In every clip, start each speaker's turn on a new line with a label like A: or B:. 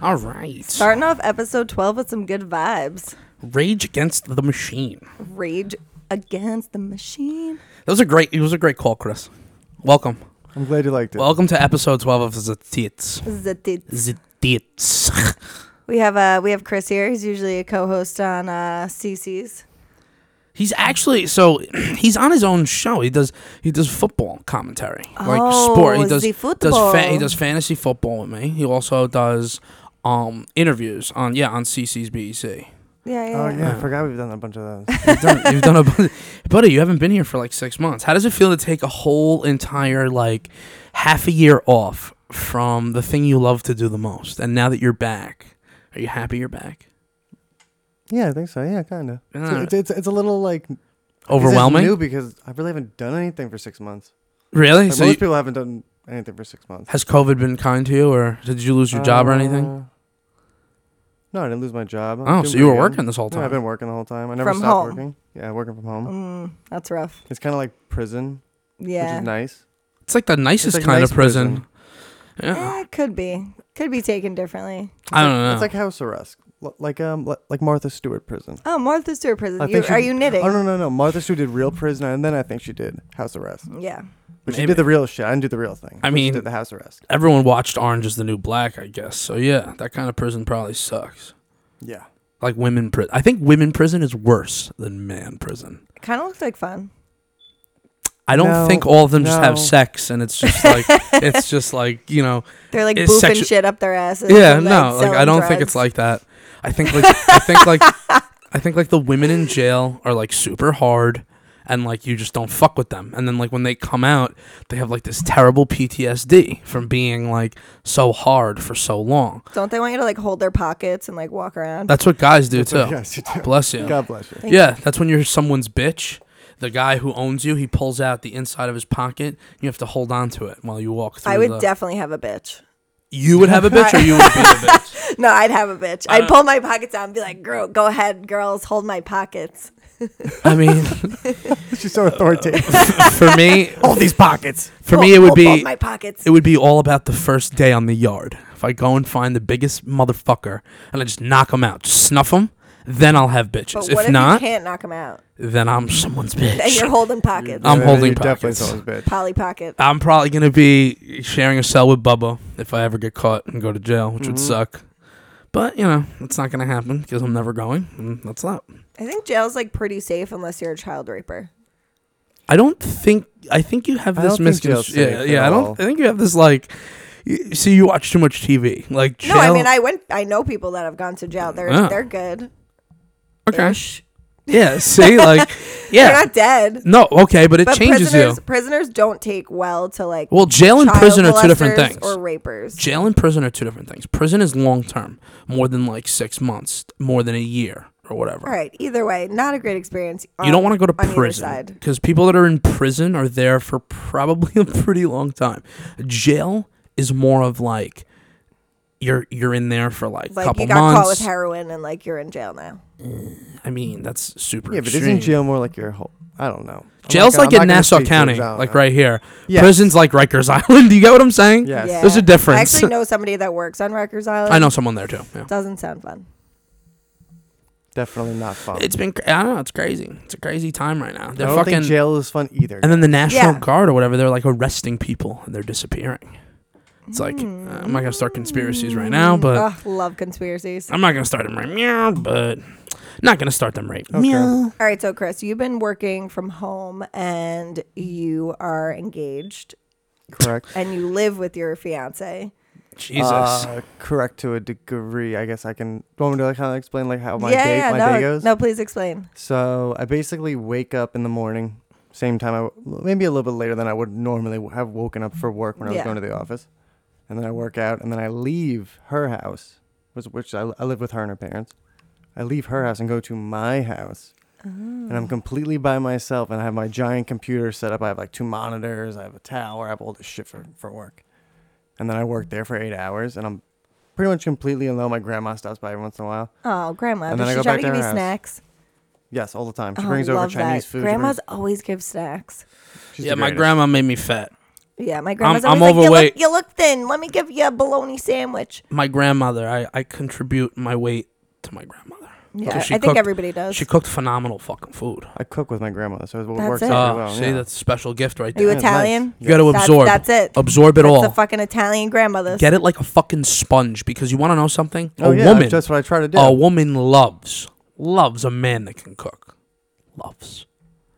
A: All right.
B: Starting off episode 12 with some good vibes.
A: Rage Against the Machine.
B: Rage against the machine.
A: That was a great. It was a great call, Chris. Welcome.
C: I'm glad you liked it.
A: Welcome to episode twelve of the Tits.
B: Zit-tit.
A: The Tits.
B: We have uh we have Chris here. He's usually a co-host on uh CC's.
A: He's actually so he's on his own show. He does he does football commentary, like
B: Oh,
A: sport. He
B: the
A: does does
B: football.
A: fa- he does fantasy football with me. He also does um interviews on yeah on CC's BEC.
B: Yeah, yeah.
C: Oh
B: yeah.
C: yeah, I forgot we've done a bunch of those.
A: You've done, you've done a bu- buddy. You haven't been here for like six months. How does it feel to take a whole entire like half a year off from the thing you love to do the most, and now that you're back, are you happy you're back?
C: yeah, I think so. Yeah, kind of.
A: Uh,
C: it's, it's it's a little like I guess it's
A: Overwhelming,
C: New because I really haven't done anything for six months.
A: really?
C: Like,
A: so
C: most
A: you-
C: people haven't done anything for six months.
A: has COVID been kind to you, or did you lose your job or anything?
C: Uh, No, I didn't lose my job. I'm
A: Oh,
C: doing
A: so you were
C: pretty good.
A: working this whole
C: Yeah,
A: time.
C: I've been working the whole time. I never
B: From
C: stopped
B: home.
C: working. Yeah, working from home.
B: Mm, that's rough.
C: It's kind of like prison, which
B: Yeah.
C: is nice.
A: It's like the nicest
C: like
A: kind
C: nice
A: of prison. Yeah.
B: Eh, could be. Could be taken differently.
A: I don't know.
C: It's like house arrest, L- like um, li- like Martha Stewart prison.
B: Oh, Martha Stewart prison.
C: I
B: You,
C: think she-
B: are you knitting?
C: Oh no no no! Martha Stewart did real prison, and then I think she did house arrest.
B: Yeah.
C: But she
A: Maybe.
C: did the real shit. I didn't do the real thing.
A: I
C: She
A: mean-
C: did the house arrest.
A: Everyone watched Orange is the New Black, I guess. So yeah, that kind of prison probably sucks.
C: Yeah.
A: Like women prison. I think women prison is worse than man prison.
B: Kind of looks like fun.
A: I don't
C: No,
A: think all of them just have
C: no.
A: sex and it's just like it's just like, you know,
B: They're like
A: It's
B: boofing
A: sexu-
B: shit up their asses.
A: yeah,
B: and,
A: no. Like I
B: selling
A: don't think
B: drugs.
A: it's like that. I think like I think like I think like the women in jail are like super hard and like you just don't fuck with them. And then like when they come out, they have like this terrible PTSD from being like so hard for so long.
B: Don't they want you to like hold their pockets and like walk around?
A: That's what guys do
C: That's what-
A: too.
C: yes, you do.
A: Bless you.
C: God bless you.
B: Thank
A: Yeah, that's when you're someone's bitch. The guy who owns you, he pulls out the inside of his pocket. You have to hold on to it while you walk through.
B: I would
A: the-
B: definitely have a bitch.
A: You would have a bitch, or you would be a bitch.
B: No, I'd have a bitch.
A: I
B: I'd
A: don't-
B: pull my pockets out and be like, "Girl, go ahead, girls, hold my pockets."
A: I mean,
C: She's so authoritative.
A: for me,
C: All these pockets.
A: for
B: Hold-
A: me, it would
B: hold both
A: be
B: my pockets.
A: it would be all about the first day on the yard. If I go and find the biggest motherfucker and I just knock him out, just snuff him, then I'll have
B: But
A: bitches.
B: what
A: If
B: if
A: not,
B: you can't knock them out
A: then I'm someone's
B: and you're
A: bitch.
B: holding pockets,
A: I'm
C: Yeah,
A: holding
C: you're definitely
A: pockets.
C: someone's bitch.
B: poly pocket?
A: I'm probably gonna be sharing a cell with Bubba if I ever get caught and go to jail, which would
B: Mm-hmm.
C: Mhm.
A: suck. But you know, it's not gonna happen because I'm never going. And that's that.
B: I think jail's like pretty safe unless you're a child raper.
A: I don't think. I think you have
C: I
A: this
C: don't think jail's
A: misconstruction. Yeah,
C: safe
A: yeah.
C: at
A: I don't.
C: all.
A: I think you have this like. You, see, you watch too much TV. Like jail.
B: No, I mean I went. I know people that have gone to jail. They're
A: Yeah.
B: they're good.
A: okay.
B: Ish.
A: Yeah. See, like.
B: They're
A: Yeah.
B: not dead.
A: No. Okay, but it
B: But
A: changes
B: prisoners
A: you.
B: prisoners don't take well to like
A: Well, jail and
B: child
A: prison are two different
B: molesters
A: things.
B: or rapers.
A: Jail and prison are two different things. Prison is long term, more than like six months, more than a year or whatever.
B: All right. Either way, not a great experience.
A: You don't want to go to
B: on either
A: prison
B: side.
A: because people that are in prison are there for probably a pretty long time. Jail is more of like you're you're in there for like a
B: like
A: couple
B: you got caught with
A: months.
B: heroin and like you're in jail now.
A: I mean, that's super.
C: Yeah, but
A: extreme.
C: isn't jail more like your whole? I don't know. I'm
A: Jail's
C: not gonna-
A: like
C: I'm
A: in
C: not gonna
A: Nassau
C: speak for
A: County,
C: jail.
A: like right here.
C: Yes.
A: Prison's like Rikers Island. Do you get what I'm saying?
C: Yes.
B: Yeah.
A: There's a difference.
B: I actually know somebody that works on Rikers Island.
A: I know someone there too. Yeah.
B: Doesn't sound fun.
C: Definitely not fun.
A: It's been. cra- I don't know. It's crazy. It's a crazy time right now.
C: I
A: They're
C: don't
A: fucking.
C: think jail is fun either.
A: and then the National
B: Yeah.
A: Guard or whatever, they're like arresting people and they're disappearing. It's like uh, I'm not gonna start conspiracies right now, but
B: Ugh, love conspiracies.
A: I'm not gonna start them right meow, but not gonna start them right
C: Okay.
A: meow.
B: All right, so Chris, you've been working from home and you are engaged
C: correct.
B: and you live with your fiance.
A: Jesus,
C: Uh, correct to a degree. I guess I can. Do you want me to like, kind of explain like how Oh, my
B: yeah,
C: day
B: yeah,
C: my
B: no,
C: day goes?
B: no, please explain.
C: So I basically wake up in the morning, same time I w- maybe a little bit later than I would normally w- have woken up for work when I
B: Yeah.
C: was going to the office, and then I work out, and then I leave her house, which, which I, I live with her and her parents. I leave her house and go to my house,
B: Oh.
C: and I'm completely by myself, and I have my giant computer set up. I have like two monitors, I have a tower, I have all this shit for, for work, and then I work there for eight hours, and I'm pretty much completely alone. My grandma stops by every once in a while.
B: Oh, grandma,
C: And
B: does
C: then I
B: she
C: go
B: try
C: back
B: to
C: to
B: give you
C: her house.
B: snacks?
C: Yes, all the time. She
B: Oh,
C: brings over
B: love
C: Chinese
B: that.
C: food. she brings-
B: Grandmas always give snacks.
C: she's the
A: yeah, my
C: greatest.
A: grandma made me fat.
B: Yeah, my grandma's
A: I'm
B: always like,
A: overweight.
B: You, look, you look thin. Let me give you a bologna sandwich.
A: My grandmother, I, I contribute my weight to my grandmother.
B: Yeah, I
A: 'Cause she
B: think
A: cooked-
B: everybody does.
A: She cooked phenomenal fucking food.
C: I cook with my grandmother, so it
B: That's
C: works
B: it.
C: out
A: Oh,
C: really well.
A: see,
C: yeah.
A: that's a special gift right
B: you
A: there.
C: Yeah, it's nice.
B: Italian?
A: You got to
B: That's-
A: absorb.
B: That's, it.
A: Absorb it
B: that's
A: all.
B: a fucking Italian grandmother.
A: Get it like a fucking sponge because you want to know something.
C: Oh,
A: a
C: yeah,
A: woman,
C: That's what I try to do.
A: a woman loves loves a man that can cook. Loves.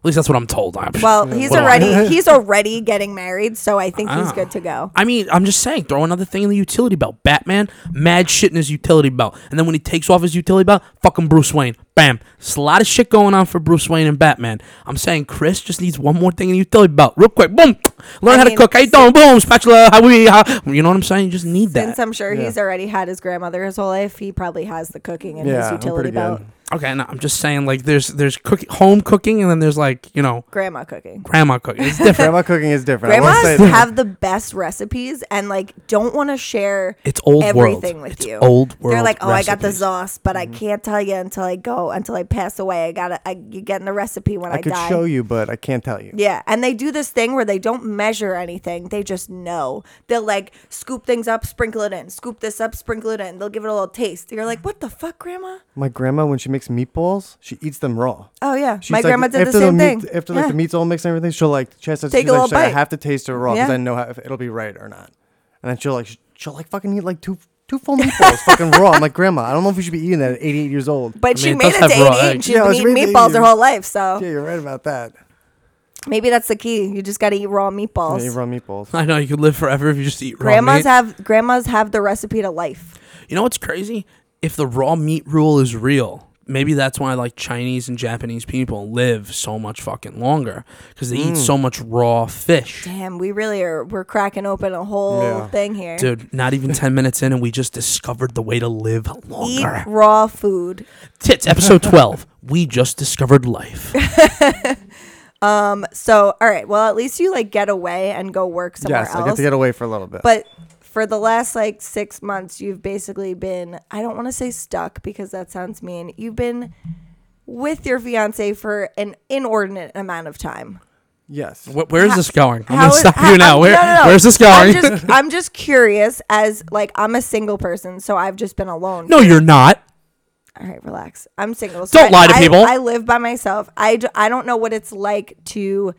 A: At least that's what I'm told. I'm
B: Well, he's
A: What do I-
B: already he's already getting married, so I think he's
A: Ah.
B: good to go.
A: I mean, I'm just saying, throw another thing in the utility belt. Batman, mad shit in his utility belt. And then when he takes off his utility belt, fucking Bruce Wayne. Bam. There's a lot of shit going on for Bruce Wayne and Batman. I'm saying Chris just needs one more thing in the utility belt. Real quick. Boom. Learn
B: I
A: how
B: mean,
A: to cook. How you doing? Boom. Spatula. How we? How, you know what I'm saying? You just need
B: Since
A: that.
B: I'm sure
C: Yeah.
B: he's already had his grandmother his whole life, he probably has the cooking in
C: yeah,
B: his
C: I'm
B: utility
C: pretty
B: belt.
C: good.
A: Okay, no, I'm just saying like there's there's cook- home cooking and then there's like, you know,
B: Grandma cooking.
A: grandma cooking. It's different.
C: Grandma cooking is different. I will say
B: Grandmas
C: that.
B: have the best recipes and like don't want to share
A: it's old
B: everything
A: world.
B: with
A: it's
B: you.
A: old world.
B: They're like, oh, I got the
A: recipes.
B: sauce, but I can't tell you until I go, until I pass away. I gotta, I, you're getting the recipe when I,
C: I could
B: die.
C: show you, but I can't tell you.
B: Yeah, and they do this thing where they don't measure anything; they just know. They'll like scoop things up, sprinkle it in, scoop this up, sprinkle it in. They'll give it a little taste. You're like, what the fuck, grandma?
C: My grandma, when she makes meatballs, she eats them raw.
B: Oh yeah,
C: She's
B: my
C: like-
B: grandma did the
C: after
B: same
C: meat,
B: thing.
C: After like
B: Yeah.
C: the meat's all mixed and everything, she'll like she has to,
B: Take
C: she's
B: a
C: like,
B: little
C: "Should I
B: bite."
C: have to taste it raw because
B: Yeah.
C: I know how, if it'll be right or not. And then she'll like sh- she'll like fucking eat like two two full meatballs fucking raw. I'm like, grandma, I don't know if you should be eating that at 88 years old.
B: but
A: I
B: she
A: mean, it
B: made
A: does
B: it
A: have
B: to
A: raw
B: 88.
A: eggs.
B: She's
C: Yeah, I
B: been
C: was
B: eating
C: reading
B: meatballs her
C: you-
B: whole life, so
C: yeah, you're right about that.
B: maybe that's the key. You just gotta eat raw
C: Yeah,
B: meatballs.
C: you eat raw meatballs.
A: I know you could live forever if you just eat raw meat.
B: grandmas have grandmas have the recipe to life.
A: You know what's crazy? If the raw meat rule is real, maybe that's why like Chinese and Japanese people live so much fucking longer because they
C: Mm.
A: eat so much raw fish.
B: Damn, we really are. We're cracking open a whole
C: Yeah.
B: thing here.
A: Dude, not even 10 minutes in and we just discovered the way to live
C: oh,
B: Eat
A: longer.
B: raw food.
A: Tits, episode 12. We just discovered life.
B: So, all right. Well, at least you like get away and go work somewhere
C: Yes,
B: else.
C: I get to get away for a little bit.
B: but for the last like six months, you've basically been, I don't want to say stuck because that sounds mean. You've been with your fiance for an inordinate amount of time.
C: yes,
A: Wh- where is this going? I'm
B: How
A: going to
B: is-
A: stop
B: how-
A: you now.
B: I'm-
A: Where,
B: no, no, no.
A: Where's this
B: I'm
A: going?
B: just, I'm just curious as like I'm a single person, so I've just been alone.
A: no, you're not.
B: All right, relax. I'm single.
A: Don't lie to
B: I-
A: people.
B: I live by myself. I, d- I don't know what it's like to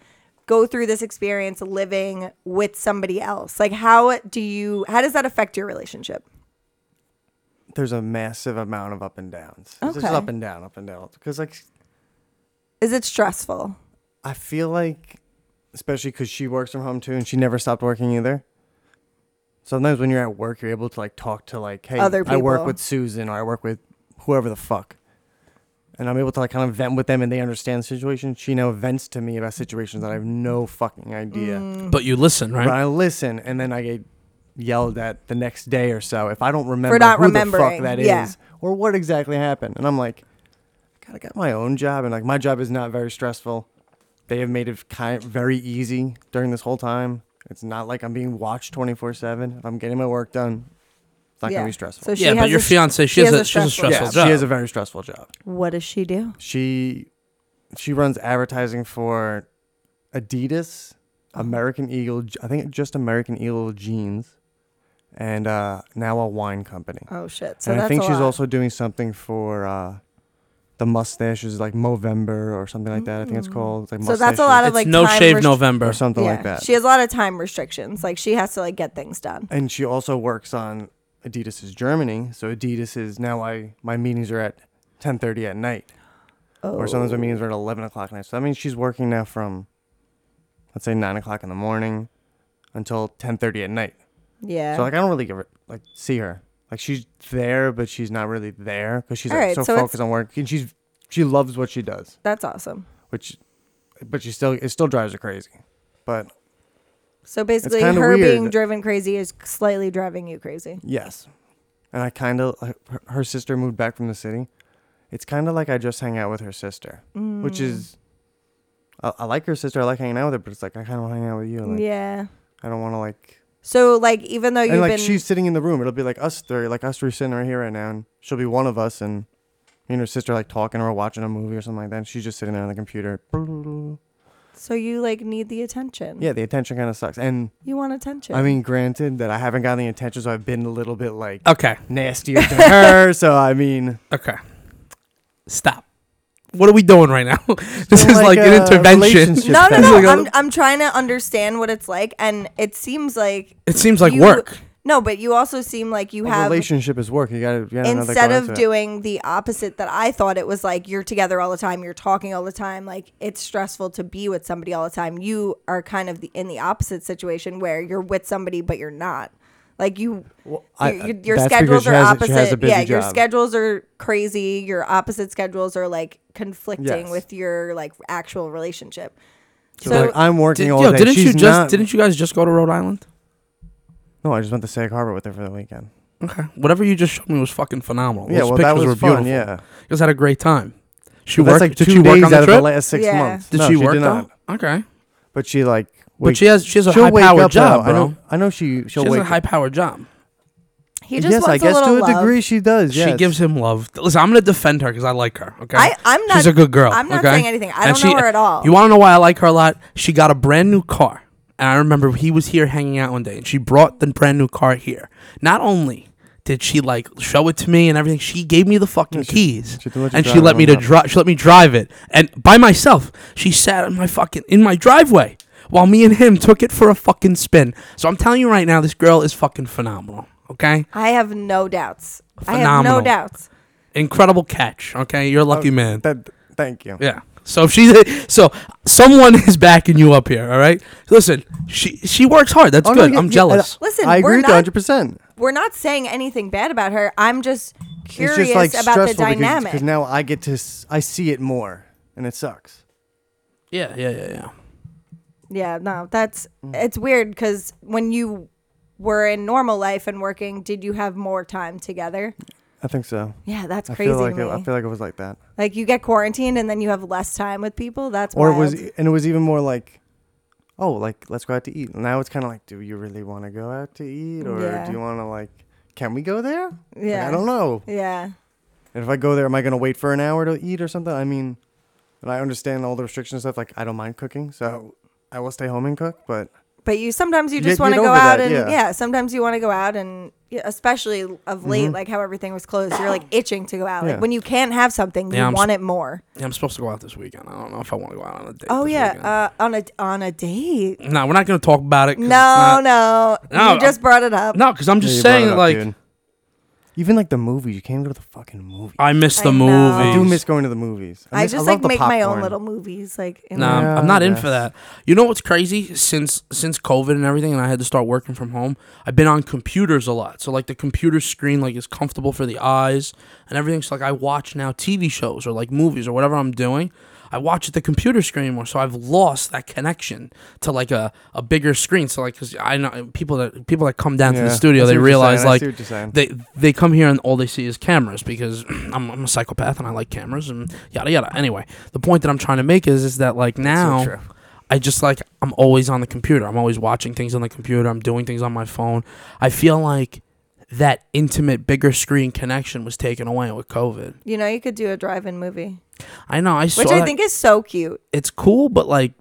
B: go through this experience living with somebody else. Like, how do you, how does that affect your relationship?
C: there's a massive amount of up and downs. It's just
B: Okay.
C: up and down, up and down. Because like
B: Is it stressful?
C: I feel like, especially because she works from home too, and she never stopped working either. Sometimes when you're at work, you're able to like talk to like, hey,
B: Other
C: I work
B: people.
C: with Susan or I work with whoever the fuck, and I'm able to like kind of vent with them, and they understand the situation. She now vents to me about situations that I have no fucking idea,
B: Mm.
A: But you listen,
C: but
A: right?
C: I listen, and then I get yelled at the next day or so if I don't remember
B: For not
C: who the
B: remembering,
C: fuck that is
B: yeah.
C: or what exactly happened, and I'm like, God, I got my own job, and like my job is not very stressful. They have made it kind very easy during this whole time. It's not like I'm being watched 24 seven. If I'm getting my work done, it's not gonna be stressful.
B: So she
A: Yeah, but
B: has
A: your
B: a,
A: fiance, she, has, a, she has a
C: yeah,
A: stressful job.
C: she has a very stressful job.
B: What does she do?
C: She she runs advertising for Adidas, American Eagle, I think just American Eagle jeans, and uh, now a wine company.
B: Oh, shit. So
C: and
B: that's
C: I think
B: a
C: she's
B: lot.
C: also doing something for uh, the mustaches, like Movember or something like that. I think it's called. It's like
B: Mm. So that's a
C: mustaches
B: lot of
A: it's
B: like
A: no
B: time
A: shave
B: restri-
A: November.
C: or something
B: yeah.
C: like that.
B: She has a lot of time restrictions. Like, she has to like get things done.
C: and she also works on Adidas's Germany. So Adidas is now I my meetings are at 10:30 at night,
B: Oh.
C: or sometimes my meetings are at 11 o'clock at night. So that means she's working now from, let's say nine o'clock in the morning, until 10:30 at night.
B: Yeah.
C: So like I don't really give her, like see her. Like she's there, but she's not really there because she's
B: All
C: like,
B: right,
C: so,
B: so it's-
C: focused on work. And she's she loves what she does,
B: that's awesome.
C: which, but she still it still drives her crazy. But
B: So basically,
C: kinda
B: her
C: weird.
B: being driven crazy is slightly driving you crazy.
C: Yes. And I kind of, her, her sister moved back from the city. It's kind of like I just hang out with her sister,
B: Mm.
C: which is, I, I like her sister. I like hanging out with her, but it's like, I kind of want to hang out with you. Like,
B: yeah.
C: I don't want to like,
B: So like, even though you've
C: and like
B: been
C: she's sitting in the room. It'll be like us three, like us three sitting right here right now. And she'll be one of us and me and her sister like talking or watching a movie or something like that. And she's just sitting there on the computer.
B: So you like need the attention.
C: Yeah, the attention kind of sucks. And
B: You want attention.
C: I mean, granted that I haven't gotten the attention, so I've been a little bit like
B: Oh.
A: Okay.
C: nastier to her. So I mean,
A: Okay. Stop. What are we doing right now? this
C: Well,
A: is
C: like
A: like,
C: uh,
A: an
C: a
A: intervention.
C: relationship
B: no, no,
A: It's
B: no.
A: like a-
B: I'm, I'm trying to understand what it's like, and it seems like
A: It seems like
B: you-
A: work.
B: No, but you also seem like you
C: a
B: have
C: relationship is work. You gotta, you gotta know that
B: instead
C: going
B: of
C: into it.
B: doing the opposite that I thought it was like you're together all the time, you're talking all the time, like it's stressful to be with somebody all the time. You are kind of the, in the opposite situation where you're with somebody but you're not. Like you,
C: I- uh,
B: your- your, your
C: that's because
B: schedules
C: she
B: are
C: has a- she
B: opposite.
C: has a busy
B: yeah, your
C: job.
B: schedules are crazy. Your opposite schedules are like conflicting
C: Yes.
B: with your like actual relationship.
C: So,
B: so-
C: like, I'm working
A: Did,
C: all
A: yo,
C: day.
A: didn't
C: She's
A: you just
C: not-
A: didn't you guys just go to Rhode Island?
C: No, I just went to Sag Harbor with her for the weekend.
A: Okay. Whatever you just showed me was fucking phenomenal.
C: yeah,
A: Those
C: well,
A: pictures
C: that was
A: were
C: fun.
A: beautiful.
C: Yeah,
A: You guys had a great time. She
C: But that's
A: worked.
C: like
A: did
C: two
A: she work
C: days
A: on the
C: out of
A: trip?
C: the last six
B: Yeah.
C: months.
A: did
C: No,
A: she work
C: did not.
A: though? Okay.
C: But she like,
A: But
C: wake-
A: she has she has a
C: she'll
A: high
C: wake
A: powered
C: up,
A: job,
C: though. I
A: bro.
C: know, I know she
A: She
C: she'll
A: has
C: wake.
A: a high powered job.
B: He just
C: uh, yes,
B: wants
C: I guess
B: a little
C: to a
B: love.
C: degree she does. Yes.
A: She gives him love. Listen, I'm gonna defend her because I like her. Okay.
B: I, I'm not.
A: She's a good girl.
B: I'm not
A: okay?
B: saying anything. I
A: And
B: don't know her at all.
A: You want to know why I like her a lot? She got a brand new car. And I remember he was here hanging out one day and she brought the brand new car here. Not only did she like show it to me and everything, she gave me the fucking
C: she-
A: keys.
C: she let you
A: and she
C: drive it
A: let me
C: on
A: to
C: that.
A: drive she let me drive it. And by myself, she sat in my fucking in my driveway while me and him took it for a fucking spin. So I'm telling you right now, this girl is fucking phenomenal. Okay?
B: I have no doubts. I have no
A: Phenomenal.
B: doubts.
A: Incredible catch. Okay? You're a
C: Oh,
A: lucky man.
C: That, thank you.
A: Yeah. So if she, so someone is backing you up here. All right. Listen, she she works hard. That's
C: Oh, no,
A: good.
C: yeah,
A: I'm
C: yeah,
A: jealous.
C: and
B: Listen, we're
C: I agree with
B: not-
C: 100. percent
B: We're not saying anything bad about her. I'm just
C: It's
B: curious
C: just like
B: about the
C: stressful because
B: dynamic.
C: because now I get to s- I see it more and it sucks.
A: yeah, yeah, yeah, yeah.
B: yeah, no, that's it's weird because when you were in normal life and working, did you have more time together?
C: I think so.
B: Yeah, that's
C: I
B: crazy.
C: feel like
B: to
C: it, I
B: me.
C: feel like it was like that,
B: like you get quarantined and then you have less time with people. That's
C: or it
B: wild.
C: was and it was even more like, oh, like let's go out to eat. And now it's kind of like, do you really want to go out to eat, or
B: Yeah.
C: do you want to like, can we go there? Like,
B: yeah,
C: I don't know.
B: yeah,
C: And if I go there, am I gonna wait for an hour to eat or something? I mean, and I understand all the restrictions and stuff. Like I don't mind cooking, so I will stay home and cook. But
B: but you sometimes you
C: You
B: just
C: get-
B: want to
C: get
B: go
C: over
B: out
C: that,
B: and yeah.
C: yeah.
B: sometimes you want to go out and yeah, especially of late,
C: Mhm.
B: like how everything was closed, you're like itching to go out.
C: Yeah.
B: Like when you can't have something, you
A: Yeah, I'm s-
B: want it more.
A: Yeah, I'm supposed to go out this weekend. I don't know if I want to go out on a date.
B: Oh
A: this weekend.
B: yeah, uh, on a on a date.
A: no, we're not gonna talk about it. 'cause
B: No,
A: it's not-
B: no,
A: No,
B: You just brought it up.
A: no, because I'm just
C: Yeah, you brought
A: saying
C: it up,
A: like
C: dude. even like the movies, you can't go to the fucking movies.
A: I miss the
B: I know.
A: movies.
C: I do miss going to the movies.
B: I
C: miss-
B: just
C: love
B: like
C: the
B: make my own
C: popcorn.
B: little movies. Like in
A: No,
B: my-
A: I'm-
C: Yeah,
A: I'm not in
C: yes.
A: for that. You know what's crazy? Since since COVID and everything, and I had to start working from home, I've been on computers a lot. So like the computer screen like is comfortable for the eyes and everything. So like I watch now TV shows or like movies or whatever I'm doing. I watch at the computer screen more, so I've lost that connection to like a, a bigger screen. So like, cause I know people that people that come down to
C: Yeah,
A: the
C: I
A: studio,
C: see
A: they
C: what you're
A: realize
C: saying, I
A: like
C: see what you're saying.
A: they they come here and all they see is cameras because I'm, I'm a psychopath and I like cameras and yada yada. Anyway, the point that I'm trying to make is is that like now
C: true.
A: I just like I'm always on the computer. I'm always watching things on the computer. I'm doing things on my phone. I feel like that intimate bigger screen connection was taken away with COVID.
B: you know, you could do a drive-in movie,
A: I know. I saw
B: which I
A: that.
B: think is so cute.
A: it's cool, but like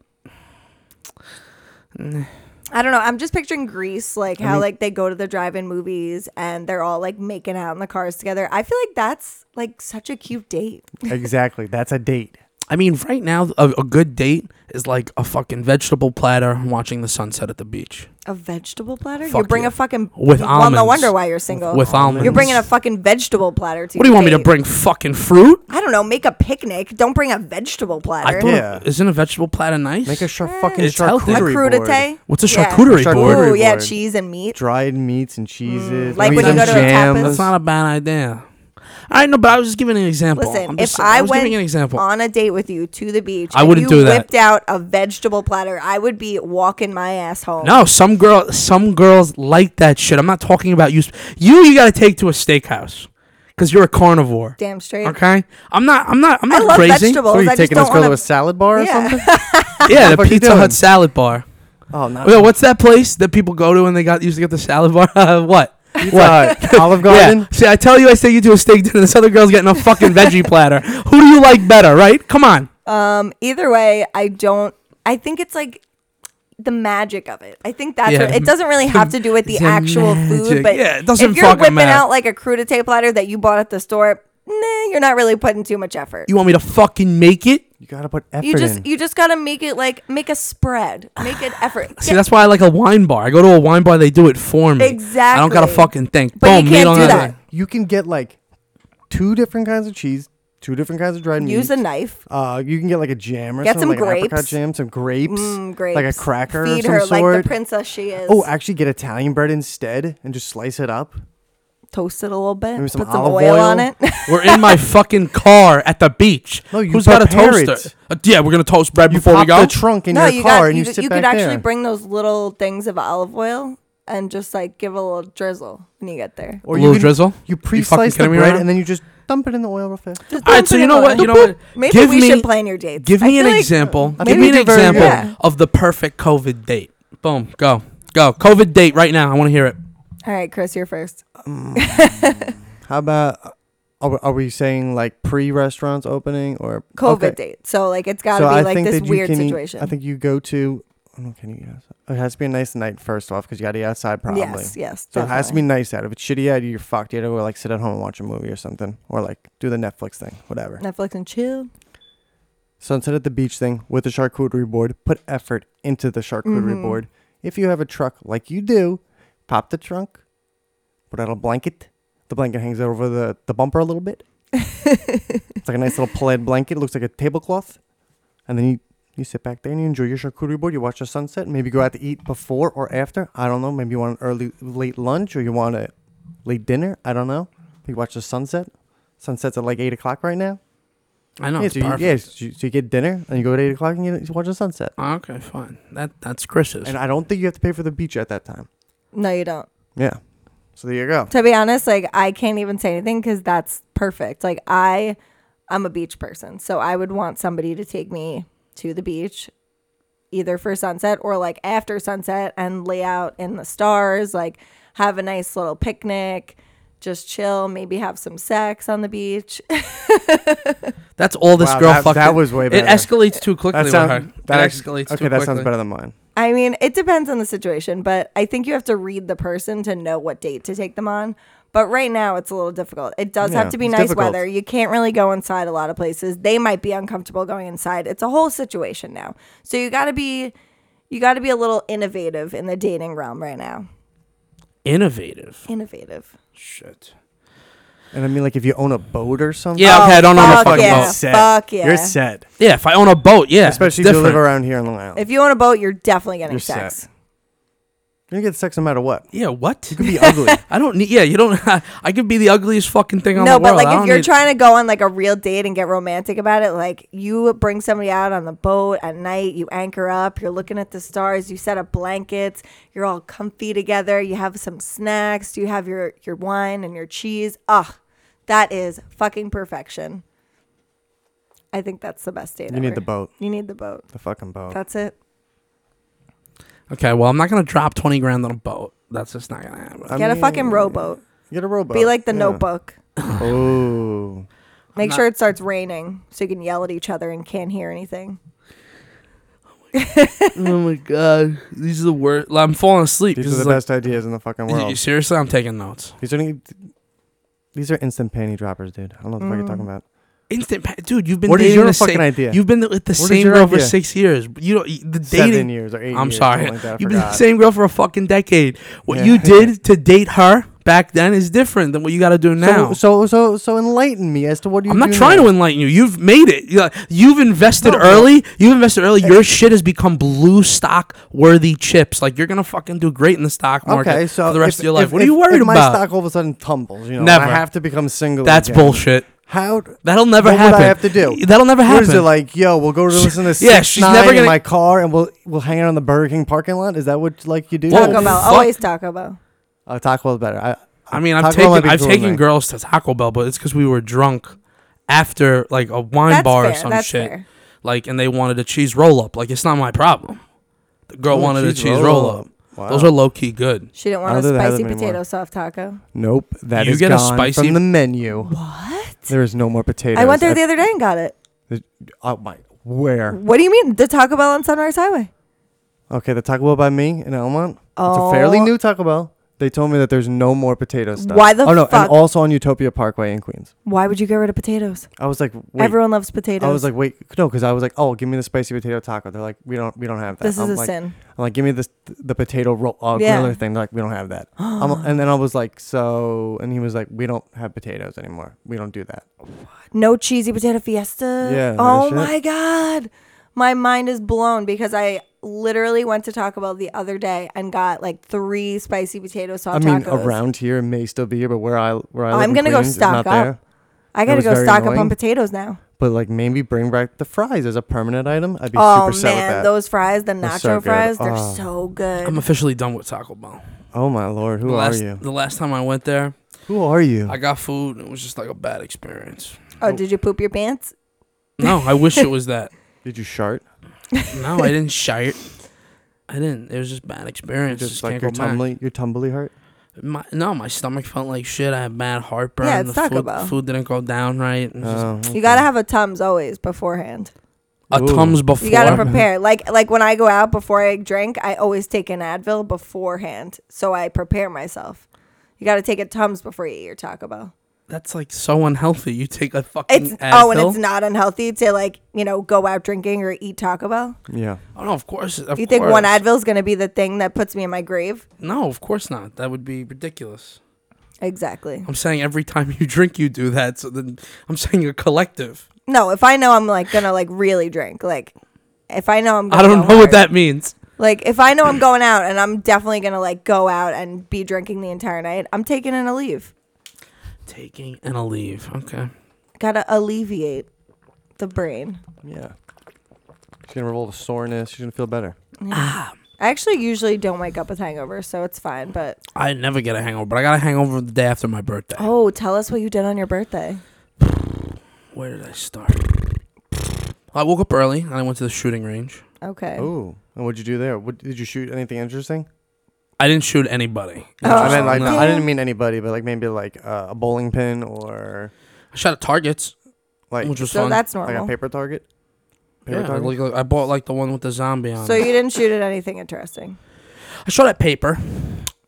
B: I don't know. I'm just picturing Greece, like
C: I
B: how
C: mean-
B: like they go to the drive-in movies and they're all like making out in the cars together. I feel like that's like such a cute date.
C: exactly. That's a date.
A: I mean, right now a, a good date is like a fucking vegetable platter and watching the sunset at the beach
B: A vegetable platter? you
A: Fuck
B: bring
A: yeah.
B: a fucking
A: With
B: Well, no
A: almonds.
B: wonder why you're single.
A: with almonds.
B: Oh you're bringing a fucking vegetable platter to.
A: What do you want me to bring? Fucking fruit?
B: I don't know. Make a picnic. Don't bring a vegetable platter.
A: I thought,
C: Yeah.
A: isn't a vegetable platter nice?
C: Make a char-
B: Mm.
C: fucking
A: It's healthy.
B: a
A: A
C: charcuterie board.
B: crudite.
A: What's a
B: Yeah.
A: charcuterie,
C: Charcuterie
A: board?
B: Ooh,
C: board.
B: yeah, cheese and meat.
C: Dried meats and cheeses.
B: Mm. Like
C: I mean,
B: when you
C: some
B: go to a
C: jams.
B: tapas?
A: That's not a bad idea. I know, but I was just giving an example.
B: Listen,
A: I'm
B: if
A: just-
B: I,
A: was
B: went
A: giving an example,
B: on a date with you to the beach,
A: I
B: and
A: wouldn't
B: you
A: do that.
B: Whipped out a vegetable platter. I would be walking my ass home.
A: no, some girl, some girls like that shit. I'm not talking about you. sp- You, you got to take to a steakhouse because you're a carnivore.
B: damn straight.
A: Okay, I'm not. I'm not. I'm
B: I
A: not
B: love
A: crazy.
B: vegetables.
C: What are you
B: I just
C: taking this
B: don't
C: girl
B: want
C: to a salad bar or
B: Yeah.
C: something?
A: Yeah,
C: What
A: the
C: are you
A: Pizza
C: doing?
A: Hut salad bar.
C: Oh, not
A: Well, what's that place that people go to when they got used to get the salad bar? Uh, what?
C: Pizza Hut, Olive Garden.
A: Yeah. See, I tell you, I say you do a steak dinner. This other girl's getting a fucking veggie platter. Who do you like better, right? Come on.
B: Um, either way, I don't I think it's like the magic of it. I think that's
A: Yeah,
B: what,
A: the
B: it
A: ma-
B: doesn't really have to do with the,
A: the
B: actual
A: magic.
B: food, but
A: Yeah, it doesn't
B: if you're
A: fucking
B: whipping
A: matter.
B: out like a crudité platter that you bought at the store, nah, you're not really putting too much effort.
A: You want me to fucking make it?
C: You gotta put effort
B: You just
C: in.
B: you just gotta make it like make a spread, make an effort.
A: See, that's why I like a wine bar. I go to a wine bar, they do it for me. I don't gotta
B: Exactly.
A: fucking think.
B: But
A: Boom,
B: you can't
A: meat on
B: do
A: that.
B: that.
C: you can get like two different kinds of cheese, two different kinds of dried meat.
B: Use a knife.
C: Uh, you can get like a jam or
B: Get some
C: something, like an apricot
B: grapes.
C: jam, some grapes,
B: Mm, grapes.
C: like a cracker
B: Feed
C: of some
B: her
C: sort.
B: like the princess she is.
C: oh, actually, get Italian bread instead and just slice it up.
B: toast it a little bit.
C: Maybe some
B: put some
C: olive
B: oil,
C: oil.
B: on it.
A: We're in my fucking car at the beach.
C: No, you
A: Who's got a
C: prepare
A: toaster?
C: it.
A: Uh, yeah, we're gonna toast bread
C: You
A: before
C: pop
A: we go.
C: the trunk in
B: no,
C: your
B: you
C: car
B: got
C: and
B: you,
C: you,
B: you,
C: sit back
B: could actually
C: there.
B: bring those little things of olive oil and just like give a little drizzle when you get there.
C: or
A: A
C: you
A: little
C: can-
A: drizzle?
C: You
A: fucking
C: pre-slice the
A: kidding me
C: bread
A: right
C: and then you just dump it in the oil real fast.
B: Just
A: All right,
B: dump
A: so
B: it
A: you
B: in
A: know
B: a
A: what? You know
B: little-
A: what?
B: Maybe
A: Give
B: we
A: me-
B: should plan your dates.
A: Give
B: I
A: me an
B: feel like-
A: example.
C: I
A: Give
C: think
A: me
C: we
A: an
C: did very
A: example
B: good.
A: of the perfect COVID date. Boom, go, go. COVID date right now. I want to hear it.
B: All right, Chris, you're first.
C: Mm. How about are we, are we saying like pre-restaurants opening or
B: COVID
C: okay.
B: date. So like it's got to be like this
C: that you
B: weird
C: can eat-
B: situation.
C: I think you go to. I don't know, Can you eat outside? It has to be a nice night first off because you got to eat outside probably.
B: yes, yes.
C: So it has to be
B: definitely.
C: nice out. If it's shitty out, you're fucked. You had to go, like sit at home and watch a movie or something, or like do the Netflix thing, whatever.
B: Netflix and chill.
C: Sunset at the beach thing with the charcuterie board. Put effort into the charcuterie
B: Mhm.
C: board. If you have a truck like you do, pop the trunk, put out a blanket. The blanket hangs over the, the bumper a little bit. it's like a nice little plaid blanket. It looks like a tablecloth. And then you, you sit back there and you enjoy your charcuterie board. You watch the sunset. Maybe go out to eat before or after. I don't know. Maybe you want an early, late lunch or you want a late dinner. I don't know. You watch the sunset. Sunset's at like 8 o'clock right now.
A: I know.
C: yeah,
A: it's
C: so you,
A: perfect.
C: yeah, so you, so you get dinner and you go at 8 o'clock and you, you watch the sunset.
A: Ah, Okay, fine. That that's Chris's.
C: And I don't think you have to pay for the beach at that time.
B: No, you don't.
C: Yeah. So there you go.
B: To be honest, like I can't even say anything because that's perfect. Like I, I'm a beach person, so I would want somebody to take me to the beach, either for sunset or like after sunset, and lay out in the stars. Like have a nice little picnic, just chill, maybe have some sex on the beach.
A: That's all this
C: Wow,
A: girl
C: that,
A: fucking.
C: that was way better.
A: It escalates too quickly
C: that
A: with
C: sound-
A: her.
C: that
A: it
C: ex-
A: escalates
C: Okay,
A: too
C: that
A: quickly.
C: sounds better than mine.
B: I mean, it depends on the situation, but I think you have to read the person to know what date to take them on. But right now, it's a little difficult. It does
C: Yeah,
B: have to be
C: it's
B: nice
C: difficult.
B: weather. You can't really go inside a lot of places. They might be uncomfortable going inside. It's a whole situation now. So you got to be you got to be a little innovative in the dating realm right now.
A: Innovative.
B: Innovative.
A: Shit.
C: And I mean, like, if you own a boat or something,
A: Yeah, okay, I don't own a
B: Oh, fuck
A: fucking
B: yeah.
A: boat.
B: Fuck yeah.
C: You're set.
A: Yeah, if I own a boat, yeah. it's
C: Especially if you live
A: different.
C: around here in Long Island.
B: If you own a boat, you're definitely getting
C: You're
B: sex.
C: set. You're going to get sex no matter what.
A: Yeah, what?
C: You could be ugly.
A: I don't need. Yeah, you don't. I could be the ugliest fucking thing on
B: No,
A: the
B: but
A: world. I
B: like
A: don't
B: if you're
A: need-
B: trying to go on like a real date and get romantic about it, like you bring somebody out on the boat at night, you anchor up, you're looking at the stars, you set up blankets, you're all comfy together, you have some snacks, you have your your wine and your cheese. Ugh, that is fucking perfection. I think that's the best date.
C: you need
B: ever.
C: the boat.
B: You need the boat.
C: The fucking boat.
B: That's it.
A: Okay, well, I'm not gonna drop twenty grand on a boat. That's just not gonna happen.
C: I
B: get a
C: mean,
B: fucking rowboat.
C: Get a rowboat.
B: Be like the
C: yeah.
B: Notebook.
C: Oh.
B: Make
A: not-
B: sure it starts raining so you can yell at each other and can't hear anything.
A: oh my god, these are the worst. I'm falling asleep.
C: These
A: This
C: are the
A: is like-
C: best ideas in the fucking
A: You- you
C: world.
A: seriously, I'm taking notes.
C: These are these are instant panty droppers, dude. I don't know what the fuck you're talking
B: Mm.
C: about.
A: Instant, pa- dude. You've been
C: What is
A: dating
C: your
A: the
C: fucking
A: same,
C: idea?
A: You've been with the
C: is
A: same
C: your
A: girl for
C: idea?
A: six years. You don't. The
C: Seven
A: dating.
C: years or eight
A: I'm
C: years,
A: sorry.
C: something Like that, I
A: You've been the
C: forgot.
A: same girl for a fucking decade. What
C: Yeah.
A: you did to date her back then is different than what you got to do now.
C: So, so so so enlighten me as to what you.
A: I'm not
C: do
A: trying
C: now.
A: to enlighten you. You've made it. You're like- You've invested
C: No, but-
A: early. You've invested early. Your shit has become blue stock worthy chips. Like you're gonna fucking do great in the stock market
C: Okay, so
A: for the rest
C: if-
A: of your life.
C: if-
A: what are you
C: if-
A: worried
C: if My
A: about?
C: stock all of a sudden tumbles. You know,
A: Never.
C: I have to become single.
A: That's
C: again.
A: bullshit.
C: How? d-
A: That'll never
C: What would I
A: happen.
C: have to do?
A: That'll never
C: What
A: happen.
C: is it like? Yo, we'll go to
A: She-
C: listen to.
A: yeah,
C: Six
A: she's
C: Nine
A: never
C: in
A: gonna-
C: my car, and we'll we'll hang out on the Burger King parking lot. Is that what like you do?
A: Whoa.
B: Taco Bell.
A: fuck.
B: Always Taco Bell.
C: Uh, Taco Bell's better. I,
A: I mean, I've
C: Taco Bell might
A: taken
C: be
A: I've
C: cool with
A: taken
C: me.
A: girls to Taco Bell, but it's because we were drunk after like a wine
B: That's
A: bar or
B: fair,
A: some
B: that's
A: shit.
B: fair.
A: Like, and they wanted a cheese roll up. Like, it's not my problem. The girl
C: Oh,
A: wanted a cheese roll up.
C: Wow.
A: Those are low key good.
B: She didn't
C: I
B: want a
C: don't think they have
B: spicy
C: them
B: potato
C: anymore.
B: soft taco.
C: Nope, that
A: You
C: is
A: get a
C: gone
A: spicy-
C: from the menu.
B: What?
C: There is no more potatoes.
B: I went there
C: at-
B: the other day and got it.
C: Oh my! Where?
B: What do you mean? The Taco Bell on Sunrise Highway.
C: Okay, the Taco Bell by me in Elmont. It's a fairly
B: Oh.
C: new Taco Bell. They told me that there's no more potato stuff.
B: Why the
C: Oh no,
B: fuck?
C: and also on Utopia Parkway in Queens.
B: Why would you get rid of potatoes?
C: I was like, wait.
B: Everyone loves potatoes.
C: I was like, wait, no, because I was like, oh, give me the spicy potato taco. They're like, we don't, we don't have that.
B: this
C: I'm
B: is a
C: like,
B: sin.
C: I'm like, give me this the potato roll uh,
B: Yeah.
C: griller thing. They're like, we don't have that. I'm, and then I was like, so, and he was like, we don't have potatoes anymore. We don't do that.
B: No cheesy potato fiesta.
C: Yeah, no
B: Oh
C: shit.
B: my god, my mind is blown because I literally went to Taco Bell the other day and got like three spicy potato
C: I
B: sauce
C: mean,
B: tacos.
C: around here it may still be here, but where I where I live
B: I'm
C: in
B: gonna go
C: Queens, it's
B: stock
C: not
B: up.
C: There.
B: I
C: That
B: gotta
C: was
B: go
C: very
B: stock up on
C: annoying.
B: potatoes now.
C: But like maybe bring back the fries as a permanent item. I'd be
B: Oh
C: super sad with
B: man,
C: that.
B: those fries, the nacho
C: so good.
B: fries, they're
C: Oh.
B: so good.
A: I'm officially done with Taco Bell.
C: oh my lord, who
A: the
C: are
A: last,
C: you?
A: The last time I went there,
C: Who are you?
A: I got food and it was just like a bad experience.
B: oh, did you poop your pants?
A: No, I wish it was that.
C: Did you shart?
A: No, I didn't shite. I didn't. It was just bad experience.
C: Just,
A: Just
C: like
A: can't
C: your
A: go back.
C: tumbly, your tumbly hurt.
A: My, no, my stomach felt like shit. I had bad heartburn.
B: Yeah, it's
A: the
B: Taco
A: food,
B: Bell.
A: food didn't go down right. It was just-
C: Oh,
B: You gotta have a tums always beforand.
A: a
C: Ooh.
A: Tums before.
B: You gotta prepare. Like like when I go out before I drink, I always take an Advil beforehand, so I prepare myself. You gotta take a tums before you eat your Taco Bell.
A: That's like so unhealthy. You take a fucking
B: It's oh, and
A: Advil?
B: it's not unhealthy to like you know go out drinking or eat Taco Bell.
C: yeah.
A: Oh no, of course. Of
B: you think one
A: course.
B: Advil is gonna be the thing that puts me in my grave?
A: No, of course not. That would be ridiculous.
B: Exactly.
A: I'm saying every time you drink, you do that. So then I'm saying you're collective.
B: No, if I know I'm like gonna like really drink, like if I know I'm, gonna
A: I don't
B: go
A: know what
B: hard.
A: that means.
B: Like if I know I'm going out and I'm definitely gonna like go out and be drinking the entire night, I'm taking an leave.
A: Taking and a leave. Okay.
B: Gotta alleviate the brain.
C: Yeah. She's gonna roll the soreness. She's gonna feel better.
B: I actually usually don't wake up with hangovers, so it's fine. But
A: I never get a hangover, but I got a hangover the day after my birthday.
B: oh, tell us what you did on your birthday.
A: Where did I start? I woke up early and I went to the shooting range.
B: Okay.
C: Oh, and what'd you do there? What did you shoot? Anything interesting?
A: I didn't shoot anybody.
B: Oh.
C: I, meant, like,
A: No.
C: I didn't mean anybody, but like maybe like uh, a bowling pin or
A: I shot at targets,
C: like
A: which was
B: so
A: fun.
B: that's
C: like a
B: normal.
C: paper target. Paper
A: yeah,
C: target.
A: like, like, I bought like the one with the zombie on.
B: So
A: it.
B: you didn't shoot at anything interesting.
A: I shot at paper,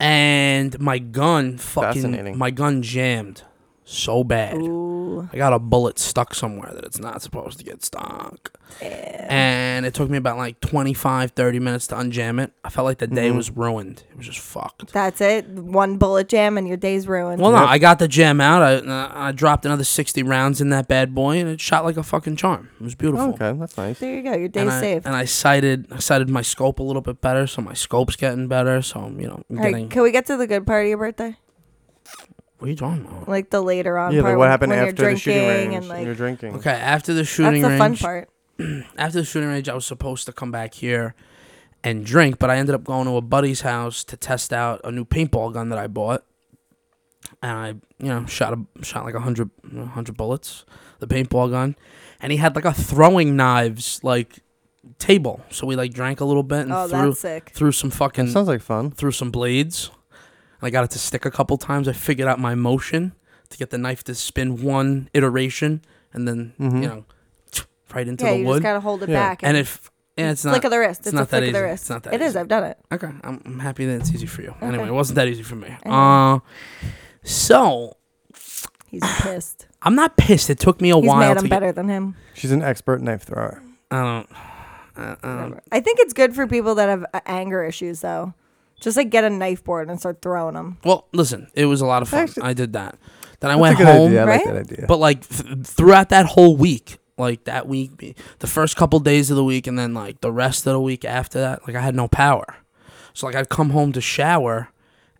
A: and my gun fucking
C: Fascinating.
A: my gun jammed so bad.
B: Ooh.
A: I got a bullet stuck somewhere that it's not supposed to get stuck.
B: Yeah.
A: And it took me about like 25, 30 minutes to unjam it. I felt like the day
C: Mhm.
A: was ruined. It was just fucked.
B: That's it. One bullet jam and your day's ruined.
A: Well, no,
C: Yep.
A: I got the jam out. I, uh, I dropped another 60 rounds in that bad boy, and it shot like a fucking charm. It was beautiful.
C: okay, that's nice.
B: there you go. Your
A: And
B: day's
A: I,
B: saved.
A: and I sighted I sighted my scope a little bit better, so my scope's getting better. So I'm, you know, I'm
B: All right,
A: getting.
B: can we get to the good part of your birthday?
A: What are you talking about?
B: Like the later on
C: Yeah,
B: part.
C: like
B: when-
C: what happened
B: when you're
C: after the shooting
B: drinking and
C: range and,
B: like
C: you're drinking?
A: Okay, after the
B: that's
A: shooting
B: the
A: range,
B: fun part.
A: after the shooting range, I was supposed to come back here and drink, but I ended up going to a buddy's house to test out a new paintball gun that I bought. And I, you know, shot a, shot like a hundred, you know, hundred bullets, the paintball gun, and he had like a throwing knives like table. So we like drank a little bit and
B: Oh,
A: threw
B: that's sick.
A: threw some
C: That
A: fucking
C: sounds like fun.
A: threw some blades. I got it to stick a couple times. I figured out my motion to get the knife to spin one iteration, and then
C: Mhm.
A: you know, right into
B: Yeah,
A: the
B: you
A: wood.
B: just gotta hold it
C: Yeah.
B: back.
A: and if and it's not
B: flick of the wrist. It's,
A: it's not
B: a flick
A: that
B: of the
A: easy.
B: wrist.
A: It's not that
B: It is,
A: easy.
B: I've done it.
A: Okay, I'm, I'm happy that it's easy for you. Anyway,
B: Okay.
A: it wasn't that easy for me.
B: Anyway.
A: Uh, so
B: He's pissed.
A: I'm not pissed. It took me a
B: He's
A: while
B: mad.
A: to
B: I'm
A: get.
B: better than him.
C: She's an expert knife thrower.
A: I don't. uh, I, I don't-
B: Whatever. I think it's good for people that have uh, anger issues, though. Just like get a knife board and start throwing them.
A: well, listen, it was a lot of fun.
C: Actually-
A: I did that. Then I
C: That's
A: went
C: a good
A: home,
C: Idea. I
B: right?
C: like that idea.
A: but like th- throughout that whole week, like that week, be- the first couple days of the week, and then like the rest of the week after that, like I had no power. So like I'd come home to shower,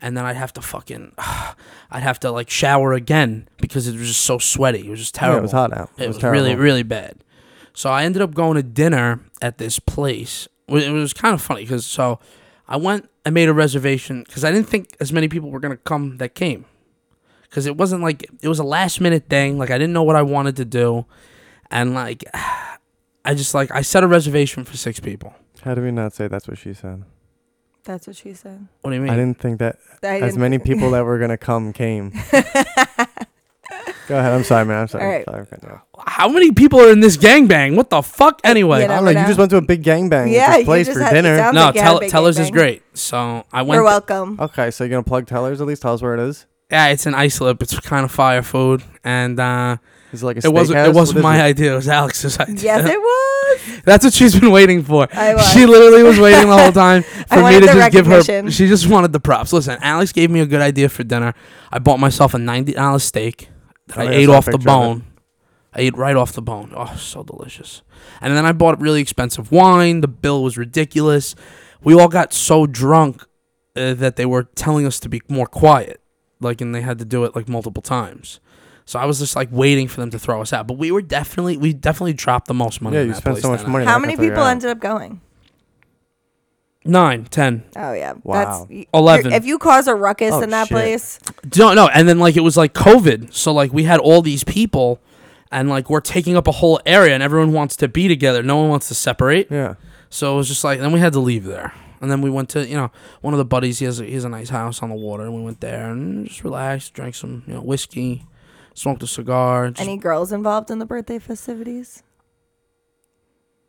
A: and then I'd have to fucking, I'd have to like shower again because it was just so sweaty. It was just
C: Yeah,
A: terrible.
C: it was hot out.
A: It was,
C: terrible.
A: really, really bad. So I ended up going to dinner at this place. Wh- It was kind of funny because so I went and made a reservation because I didn't think as many people were gonna come that came because it wasn't like it was a last minute thing. Like I didn't know what I wanted to do, and like I just like I set a reservation for six people.
C: How do we not say that's what she said?
B: That's what she said.
A: What do you mean?
C: I didn't think that
B: I
C: as
B: didn't-
C: many people that were gonna come came. Go ahead. I'm sorry, man. I'm sorry.
B: All right.
C: Sorry, okay, no.
A: How many people are in this gangbang? What the fuck? Anyway,
B: You
C: I
B: never
C: don't know. You
B: know.
C: just went to a big gangbang
B: Yeah,
C: at
B: you
C: this place
B: just
C: for
B: had- it
C: dinner.
B: sounds
A: no,
B: like you had
A: tell,
B: a big
A: Tellers is
B: gangbang.
A: great. So I went. Oh,
B: You're
A: th-
B: welcome.
C: Okay, so you're gonna plug Tellers at least. Tell us where it is.
A: yeah, it's an isolip. It's kind of fire food, and uh,
C: Is it like a
A: it wasn't.
C: steakhouse?
A: It wasn't
C: What is
A: my idea. It was Alex's idea.
B: Yes, it was.
A: That's what she's been waiting for.
B: I was.
A: She literally was waiting the whole time
B: I
A: for me
B: wanted
A: to
B: the
A: just give her.
B: recognition.
A: She just wanted the props. Listen, Alex gave me a good idea for dinner. I bought myself a ninety dollar steak that
C: Oh,
A: I
C: yeah, I
A: ate
C: saw a
A: off the
C: picture of it.
A: bone. I ate right off the bone. Oh, so delicious. And then I bought really expensive wine. The bill was ridiculous. We all got so drunk uh, that they were telling us to be more quiet, like, and they had to do it like multiple times. So I was just like waiting for them to throw us out, but we were definitely we definitely dropped the most money.
C: Yeah,
A: in
C: you
A: that
C: spent
A: place
C: so much
A: that night.
C: money.
B: How
C: not
B: many
C: gonna figure
B: people
C: out.
B: ended up going?
A: Nine, ten.
B: Oh yeah.
C: Wow.
B: That's,
A: 11.
B: you're- If you cause a ruckus
C: Oh,
B: in that
C: shit.
B: place,
A: No, no, and then like it was like COVID, so like we had all these people, and like we're taking up a whole area, and everyone wants to be together. No one wants to separate.
C: Yeah.
A: So it was just like then we had to leave there, and then we went to you know one of the buddies. He has a, he has a nice house on the water, and we went there and just relaxed, drank some you know whiskey, smoked a cigar. Just,
B: any girls involved in the birthday festivities?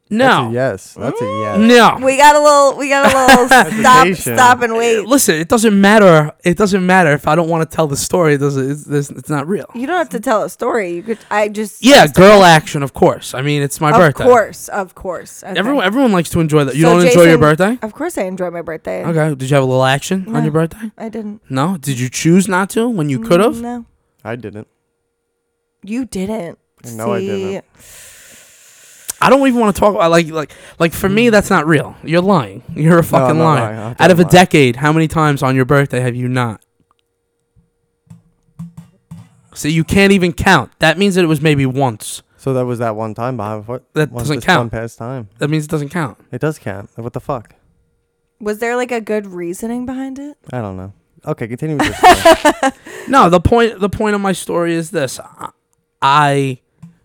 A: no,
C: That's a yes. That's a yes.
A: no.
B: We got a little. We got a little stop,
C: Hesitation.
B: stop and wait.
A: Listen, it doesn't matter. It doesn't matter if I don't want to tell the story. It doesn't. It's, it's, it's not real.
B: You don't have to tell a story. You could. I just.
A: Yeah, girl action, of course. I mean, it's my
B: Of
A: birthday.
B: course, of course. Okay.
A: Everyone, everyone likes to enjoy that. You
B: So
A: don't enjoy your
B: Jason-
A: birthday?
B: Of course, I enjoy my birthday.
A: Okay. Did you have a little action
B: No.
A: on your birthday?
B: I didn't. mm,
A: No. Did you choose not to when you could
C: Mm.
A: have?
B: No,
C: I didn't.
B: you didn't.
C: No, I didn't.
B: See?
A: I don't even want to talk about like like like for
C: Mm.
A: me that's not real. You're lying. You're a fucking
C: not
A: liar.
C: lying. I
A: Out of a
C: don't lie.
A: decade, how many times on your birthday have you not? See, you can't even count. That means that it was maybe once.
C: So that was that one time behind what?
A: That
C: was
A: doesn't
C: this
A: count.
C: One past time.
A: That means it doesn't count.
C: It does count. What the fuck?
B: Was there like a good reasoning behind it?
C: I don't know. Okay, continue with your story.
A: No, the point the point of my story is this. I- I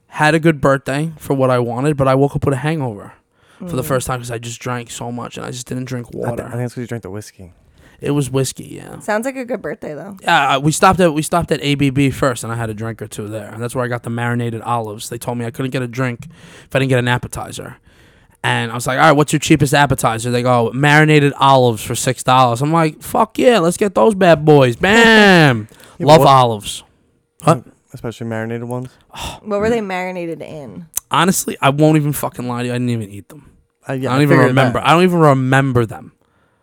A: had a good birthday for what I wanted, but I woke up with a hangover for the first time because I just drank so much and I just didn't drink
C: Mm. I, th- I
A: water.
C: think it's because you drank the whiskey.
A: It was whiskey, yeah.
B: Sounds like a good birthday though.
A: Uh, we stopped at we stopped at ABB first, and I had a drink or two there, and that's where I got the marinated olives. They told me I couldn't get a drink if I didn't get an appetizer, and I was like, "All right, what's your cheapest appetizer?" They go marinated olives for six dollars. I'm like, "Fuck yeah, let's get those bad boys!" Bam,
C: Yeah,
A: love
C: but what-
A: olives. Huh?
C: Especially marinated ones.
B: What were they marinated in?
A: Honestly, I won't even fucking lie to you. I didn't even eat them.
C: I, yeah,
A: I don't even
C: figured
A: remember.
C: that.
A: I don't even remember them.